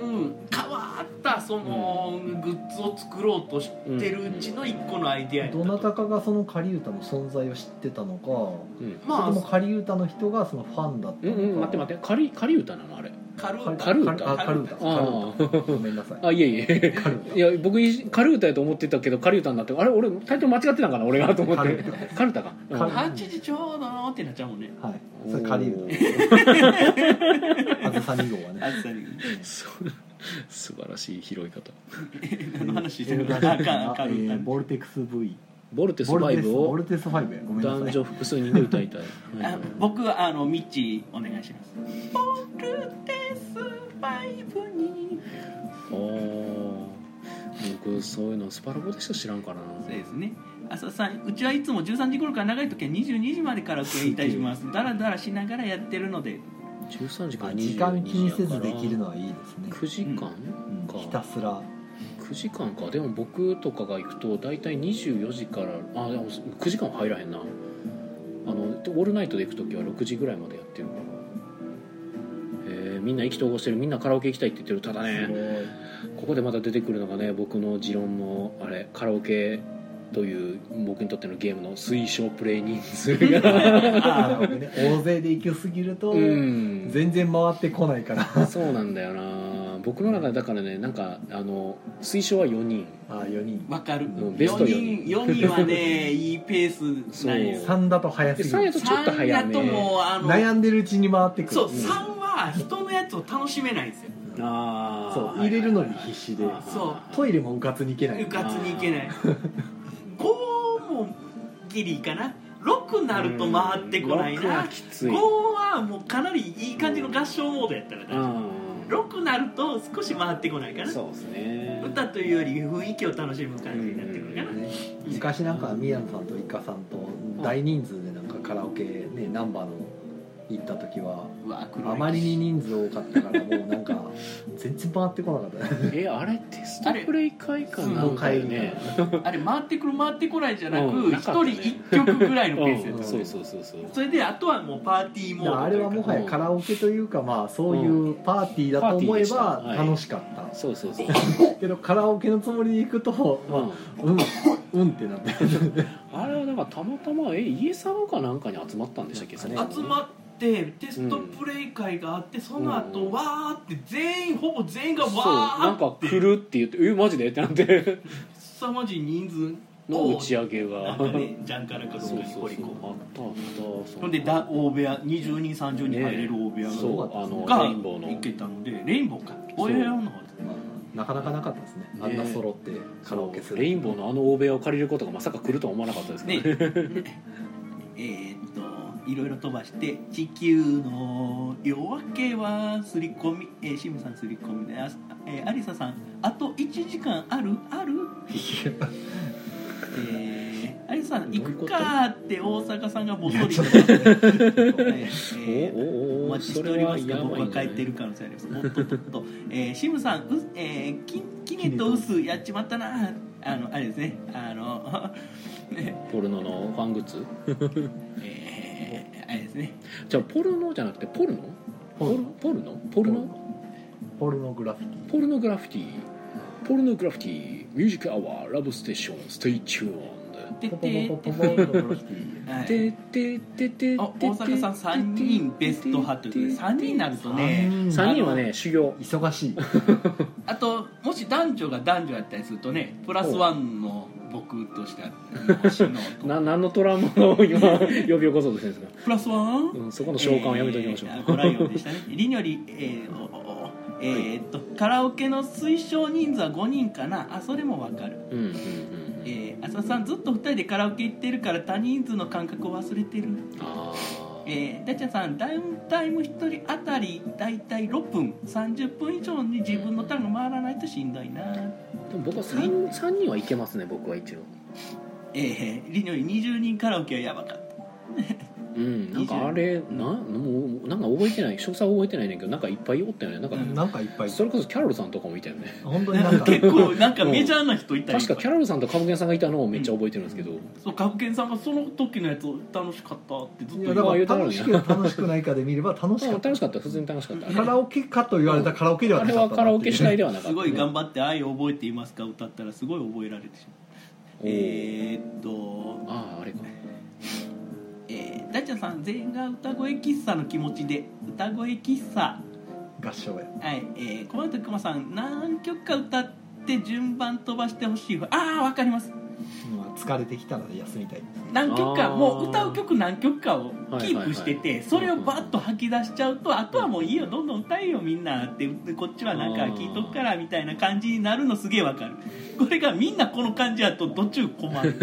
変わったその、グッズを作ろうとしてるうちの一個のアイデアやったとどなたかがその仮歌の存在を知ってたのかまそれともあ仮歌の人がそのファンだったうんのか、うん待って待って仮仮歌なのあれ軽いカルータあカルータあカルータごめんなさい [laughs] あいえいえカルータいや僕カルータやと思ってたけどカルータになってあれ俺タイトル間違ってたんかな俺がと思っカてルーカルータかうんカル8時ちょうどのってなっちゃうもんねタはいそれ仮歌あずさ2号はねあずさにそう [laughs] 素晴らしい拾い方何の話してるえかーあかん軽えい歌ーボルテックス V ボルテスボルテス5ボをルテス5やごめんな男さい女複数人で歌いた [laughs] いはいあ僕はあのミッチーお願いしますボルテスパイブにあー僕そういうのスパロボでしか知らんからなそうですね朝さんうちはいつも13時頃から長い時は22時までカラオケへ行ったりしますダラダラしながらやってるので13時からあ22時時やから間気にせずできるのはいいですね9時間うんかひたすら9 9時間かでも僕とかが行くと大体24時からあでも9時間は入らへんなあのオールナイトで行く時は6時ぐらいまでやってるからえーみんな意気投合してるみんなカラオケ行きたいって言ってるただねここでまた出てくるのがね僕の持論のあれカラオケという僕にとってのゲームの推奨プレイ人数があーね大勢で行きすぎる [laughs] と、うん全然回ってこないから [laughs] そうなんだよな僕の中でだからねなんかあの推奨は4人あー4人わかるんベスト4よ人4人はねいいペースなんよそう3だと早ですぎ3やるとちょっと3早やとめもうあの悩んでるうちに回ってくるそう、ん3は人のやつを楽しめないんですよあーそうはい入れるのに必死でそうトイレもうかつに行けなういかつにいけない5もギリかな6になると回ってこないうん六はなきつ5いはもうかなりいい感じの合唱モードやったら大丈うん夫6になると少し回ってこないかなそうですね歌というより雰囲気を楽しむ感じになってくるかな、ね昔なんか宮野さんとイカさんと大人数でなんかカラオケねナンバーの行った時はうわ来るあまりに人数多かったからもうなんか全然回ってこなかったねえあれテストプレイ会かなんかよねあれ回ってくる回ってこないじゃなうくん一なかった人ね一曲ぐらいのペースやうっんたそうそうそうそうそれであとはもうパーティーモだードか [laughs] らあれはもはやカラオケというかまあそういうパーティーだとうんパーテ思えばィーでしたはい楽しかった、そうそうそうけどカラオケのつもりで行くとうんうんうんってなって [laughs] あれはだからたまたまえ家サロかなんかに集まったんでしたっけなんかね集まってテストプレイ会があって、その後、うんわーって全員ほぼ全員がわそうなんーかって来るって言って「えマジで?」ってなって凄まじい人数の打ち上げがなんか [laughs] ねジャンカラかどうかそうにそ掘うりそう込むあったあったほんでだ大部屋20人30人入れる大部屋そがうあのがレインボーの行けたのでレインボーかそう大部屋のなかなかなかったですねあんな揃ってカラオケすそうるレインボーのあの欧米を借りることがまさか来るとは思わなかったですけ [laughs] ねどねえーっといろいろ飛ばして「地球の夜明けはすり込み」えー、シムさんすり込みであ、えー、アリサさん「あと1時間あるある」えー、アリサさん「行くか」って大阪さんがぼっそり言ってますねえーおお待ちしておりますが僕は帰ってるる可能性ありますもっとっとっと、えー、シムさんう、えー、キキネとウスやっちまったなあのあれですねあのポルノのファングッズえー、あれですねじゃあポルノじゃなくてポルノポルポルノポルノポルノグラフィテポィルノグラフィティポルノグラフィティミュージックアワーラブステーションステイチューンてポてポポポポポポルノグラフィティはいでててててあ大阪さん3人ベスト派ということで3人になるとね3三人はね修行忙しいあともし男女が男女やったりするとねプラスワンの僕としては星野とな何のトラウマを今呼び起こそうとしてるんですか、プラスワンうん、そこの召喚をやめときましょう、えーあご覧ようでしたねりにより、えーおおおえーっとカラオケの推奨人数は5人かなあそれもわかる、うんうんうんうんえー、浅田さんずっと2人でカラオケ行ってるから他人数の感覚を忘れてるあーえー、ダチャさんダウンタイム1人当たり大体6分30分以上に自分のターンが回らないとしんどいなでも僕は 3, 三人はいけますね僕は一応えー、りにより20人カラオケはやばかったうんなんかあれなもうなんか覚えてない詳細覚えてないねんけどなんかいっぱいおったよねなんか、うんなんかいっぱいそれこそキャロルさんとかもいたよね本当にななんんかか結構なんかメジャーな人いたり確かキャロルさんとカムケンさんがいたのをめっちゃ覚えてるんですけど、そうカブケンさんがその時のやつを楽しかったってずっと言いやうだから言うてあるん楽やしく楽しくないかで見れば楽しうんかった楽しかった普通に楽しかったカラオケかと言われたらカラオケではあなれかはったカラオケ主体でではなかった、すごい頑張って「愛を覚えていますか?」歌ったらすごい覚えられてしまうおーえー、っと、あああれかえー、ダチャさん全員が歌声喫茶の気持ちで歌声喫茶合唱やはいえー、小松くまさん何曲か歌って順番飛ばしてほしいわああわかりますまあ疲れてきたので休みたい何曲かあーもう歌う曲何曲かをはいキープしてて、はいはいそれをバッと吐き出しちゃうとあとはもういいよどんどん歌えよみんなってこっちはなんか聞いとくからみたいな感じになるのすげえわかるこれがみんなこの感じやと途中困る [laughs]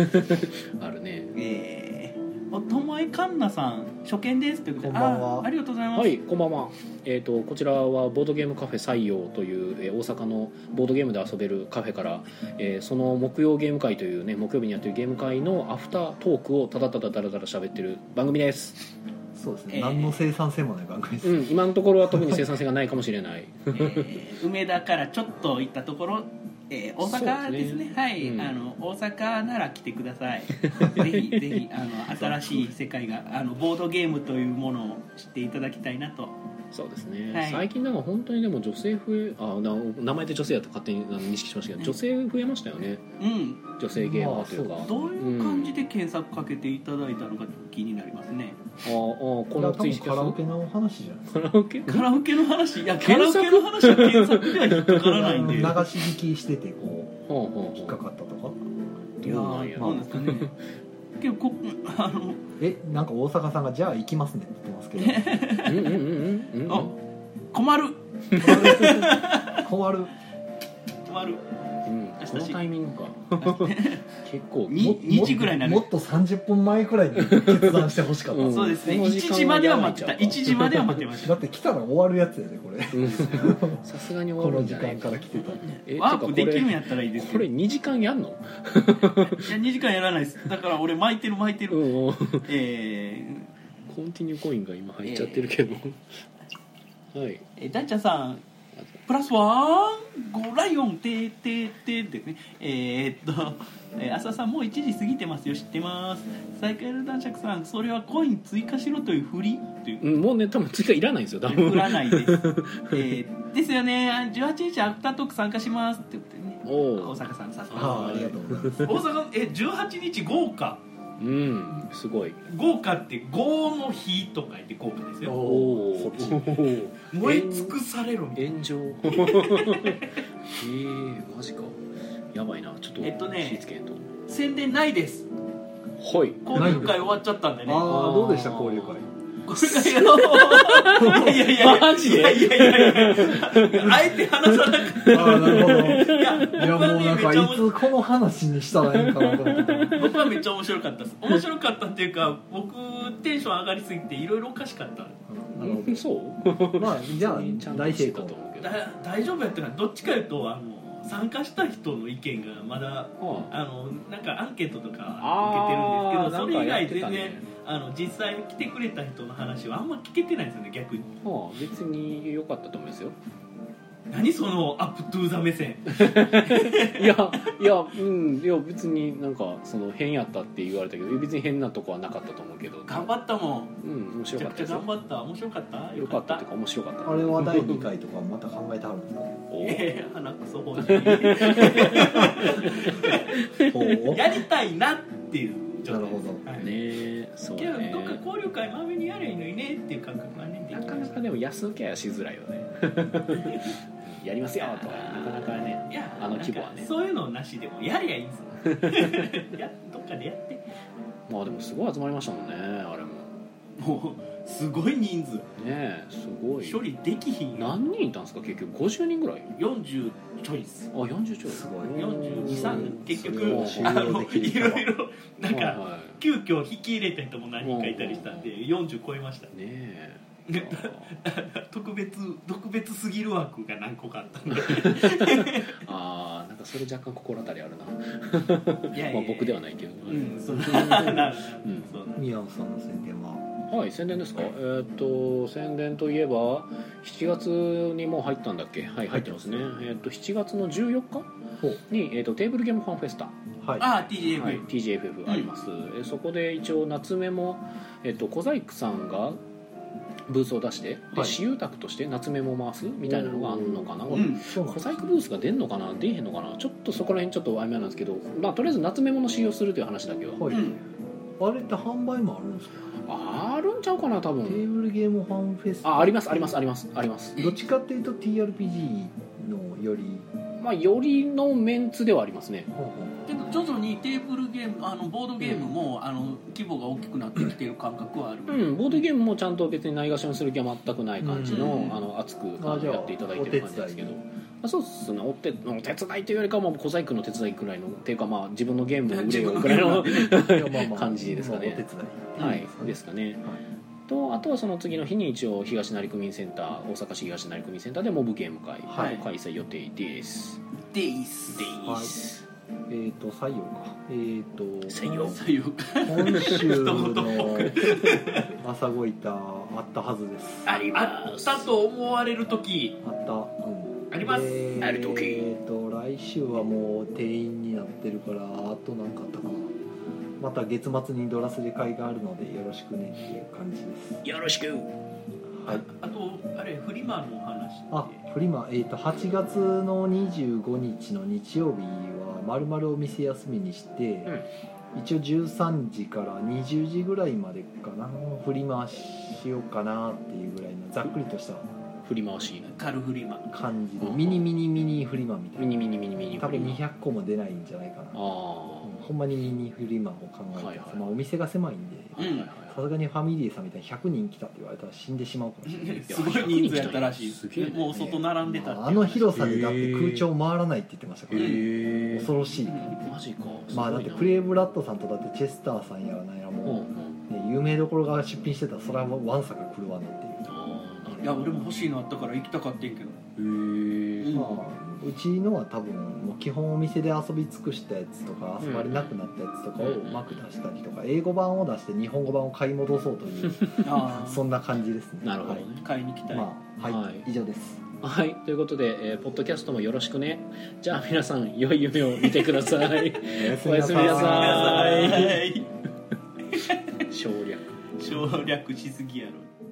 あるねえー、おともえかんなさん初見ですってことでこんばんはあーありがとうございます、はいこんばんは、えー、とこちらはボードゲームカフェ採用という、えー大阪のボードゲームで遊べるカフェから、えーその木曜ゲーム会というね木曜日にやってるゲーム会のアフタートークをただただだらだら喋ってる番組ですそうですえーね何の生産性もない番組ですうん今のところは特に生産性がないかもしれないえー梅田からちょっと行ったところえー大阪でそすねうですねはい、うんあの大阪なら来てく [laughs] ださいぜひぜひあの新しい世界があのボードゲームというものを知っていただきたいなとそうですね、はい最近なんか本当にでも女性増えあな名前で女性やと勝手にあの認識しましたけど女性増えましたよねうん女性ゲーマーというか、まあああそどういう感じで検索かけていただいたのか気になりますね、ここのれツツイイッカラオケのお話じカゃラオケカラオケの話いやカ検ラオ索ケの話は検索では引っかからなないいん流 [laughs] でしいや聞きしててこほうほうう引っほかうかったとかーどうなんですかねけどこ [laughs] あのえなんか大阪さんが「じゃあ行きますね」って言ってますけどうんうんうんうんあ困る [laughs] 困る困るうんこのタイミングか結構にも2時ぐらいになるもっ [laughs] と30分前くらいに決断してほしかった、うんそうですねこの時間1時までは待ってた1時までは待ってましただって来たら終わるやつやでこれうんさすがにこ終わのるんじ時ゃない間かから来てたらえワープできるんてかやったらいいですけこどれいこれ2時間やんのや2時間やらないですだから俺巻いてる巻いてうるんうんえコンティニューコインが今入っちゃってるけど、はいーえーダンちゃんさんプラスワンゴライオンてーてーてーってねえー、っとえー浅田さんもう1時過ぎてますよ知ってますサイクル男爵さんそれはコイン追加しろというふりといううんもうね多分追加いらないんですよ多分振らないです、えーですよねあ18日アフタートーク参加しますって言ってねお大お阪さん誘あああうりがとうございます大阪え18日豪華うんすごい豪華って豪の日と書いて豪華ですよおそおっち燃え尽くされるみたい炎 [laughs] 上へえマジかやばいなちょっとえっとね気ぃつけんと宣伝ないですはい交流会終わっちゃったんでねああどうでした交流会交流会 [laughs] のいやいやいやマジでいやいやいやあえて話さなかっああなるほどたいやいや僕はもうねなんめっ [laughs] かちゃい面白つこの話にしたらいいんかなと思ってた僕はめっちゃ面白かったです面白かったっていうか僕テンション上がりすぎていろいろおかしかったうんそうまあじゃあちゃんと大成してた功と思うけどなだ大丈夫やったらどっちかいうとあの参加した人の意見がまだはあのなんかアンケートとあか受けてるんですけどそれ以外全然、なんかやってあの実際来てくれた人の話はあんま聞けてないんですよね逆にたねはあ別に良かったと思いますよ何そのアップトゥーザ目線いやいやうんいや別になんかその変やったって言われたけど別に変なとこはなかったと思うけど頑張ったもんうん面め白ちかゃっくたちゃですよ頑張った面白かった良かったっていうか面白かったあれは第2回とかまた考えてはるんです [laughs] かおーえー鼻くそ欲し [laughs] ほういやりたいなっていう状態ですなるほどはいねえそうけどどっかね交流会まめにやればいいのにねっていう感覚がねできなかまなしかでも安請け合いはしづらいよね [laughs] やりますよとはなかなかねたいやあの規模はねなんかそういうのなしでもやりゃいいんです [laughs] よやどっかでやってまあでもすごい集まりましたもんねあれももうすごい人数ねえすごい処理できひんよ何人いたんですか結局50人ぐらい40ちょいっすあ40ちょいすごい423結それ局は収あ容のできいるろいろなんはいかは急遽引き入れた人も何人かいたりしたんでう40超えましたいね [laughs] え特別特別すぎる枠が何個かあったんであーなんかそれ若干心当たりあるな、いやいまやあ、僕ではないけど、う [laughs] んそんななるうんそうな宮野さんの宣伝ははい宣伝ですか、えーっと宣伝といえば7月にもう入ったんだっけはい入ってますね、えーっと7月の14日ほうに、えーっとテーブルゲームファンフェスタはいああ TJM、はい、TJFF あります、えそこで一応夏目も、えっと、小細工さんがブースを出して、ではい私有宅として夏目も回すみたいなのがあるのかな、うんそうな小んです細工ブースが出んのかな出えへんのかなちょっとそこら辺ちょっと曖昧なんですけど、まあ、とりあえず夏目もの使用するという話だけははい、うんあれって販売もあるんですか、あるんちゃうかな多テー分ブルゲームファンフェスあありますありますありますありますどっちかっていうと TRPG のよりまあよりのメンツではありますねけど徐々にテーブルゲームあのボードゲームも、あの規模が大きくなってきてる感覚はある、うんボードゲームもちゃんと別にないがしろにする気は全くない感じの,、うんあの熱くああのじゃあやっていただいてる感じなんですけどお手あそうっすねお手お手伝いというよりかはもう小細工の手伝いくらいのっていうかまあ自分のゲームを売れようくらいの、いやまあまあ感じですかねまあお手伝 [laughs] いはい、ですかね、とあとはその次の日に一応東成区民センター大阪市東成区民センターでモブゲーム会をはい開催予定です、デイスデはいえっ、と採用かえっ、と採用左右か今週の朝ごいたあったはずですありましたと思われる時あったうんありますえーある時えっ、と来来週はもう定員になってるからあと何かあったかなまた月末にドラスレ会があるのでよろしくねっていう感じですよろしくはいあとあれフリマのお話あってフリマ、えー、と8月の25日の日曜日はまるまるお店休みにして、一応13時から20時ぐらいまでかなフリマしようかなっていうぐらいのざっくりとした振り回しカルフリマ感じでうんミニミニミニフリマみたミいニなミニミニミニ多分200個も出ないんじゃないかあなあうんほんまにミニフリマを考えてます、はいはいまあ、お店が狭いんではいはいはいさすがにファミリーさんみたいに100人来たって言われたら死んでしまうかもしれないやすごい人数やったらしいすげえねもう外並んでたっていうあの広さでだって空調回らないって言ってましたから、ねえ恐ろしい、マジかまあだってクレイブラッドさんとだってチェスターさんやらないやうんうもんう、ね、有名どころが出品してたらそれはもうわんさか狂わないっていう、ああいや俺も欲しいのあったから行きたかってんけ [laughs] どへえまあうちのは多分もう基本お店で遊び尽くしたやつとか遊ばれなくなったやつとかをううんまく出したりとか英語版を出して日本語版を買い戻そうというああそ [laughs] んな感じですねなるほどね買いに来たい、まあはい、はい以上ですはいということで、えーポッドキャストもよろしくねじゃあ皆さん良い夢を見てくださいおやおやすみ [laughs] なさはい省略省略しすぎやろ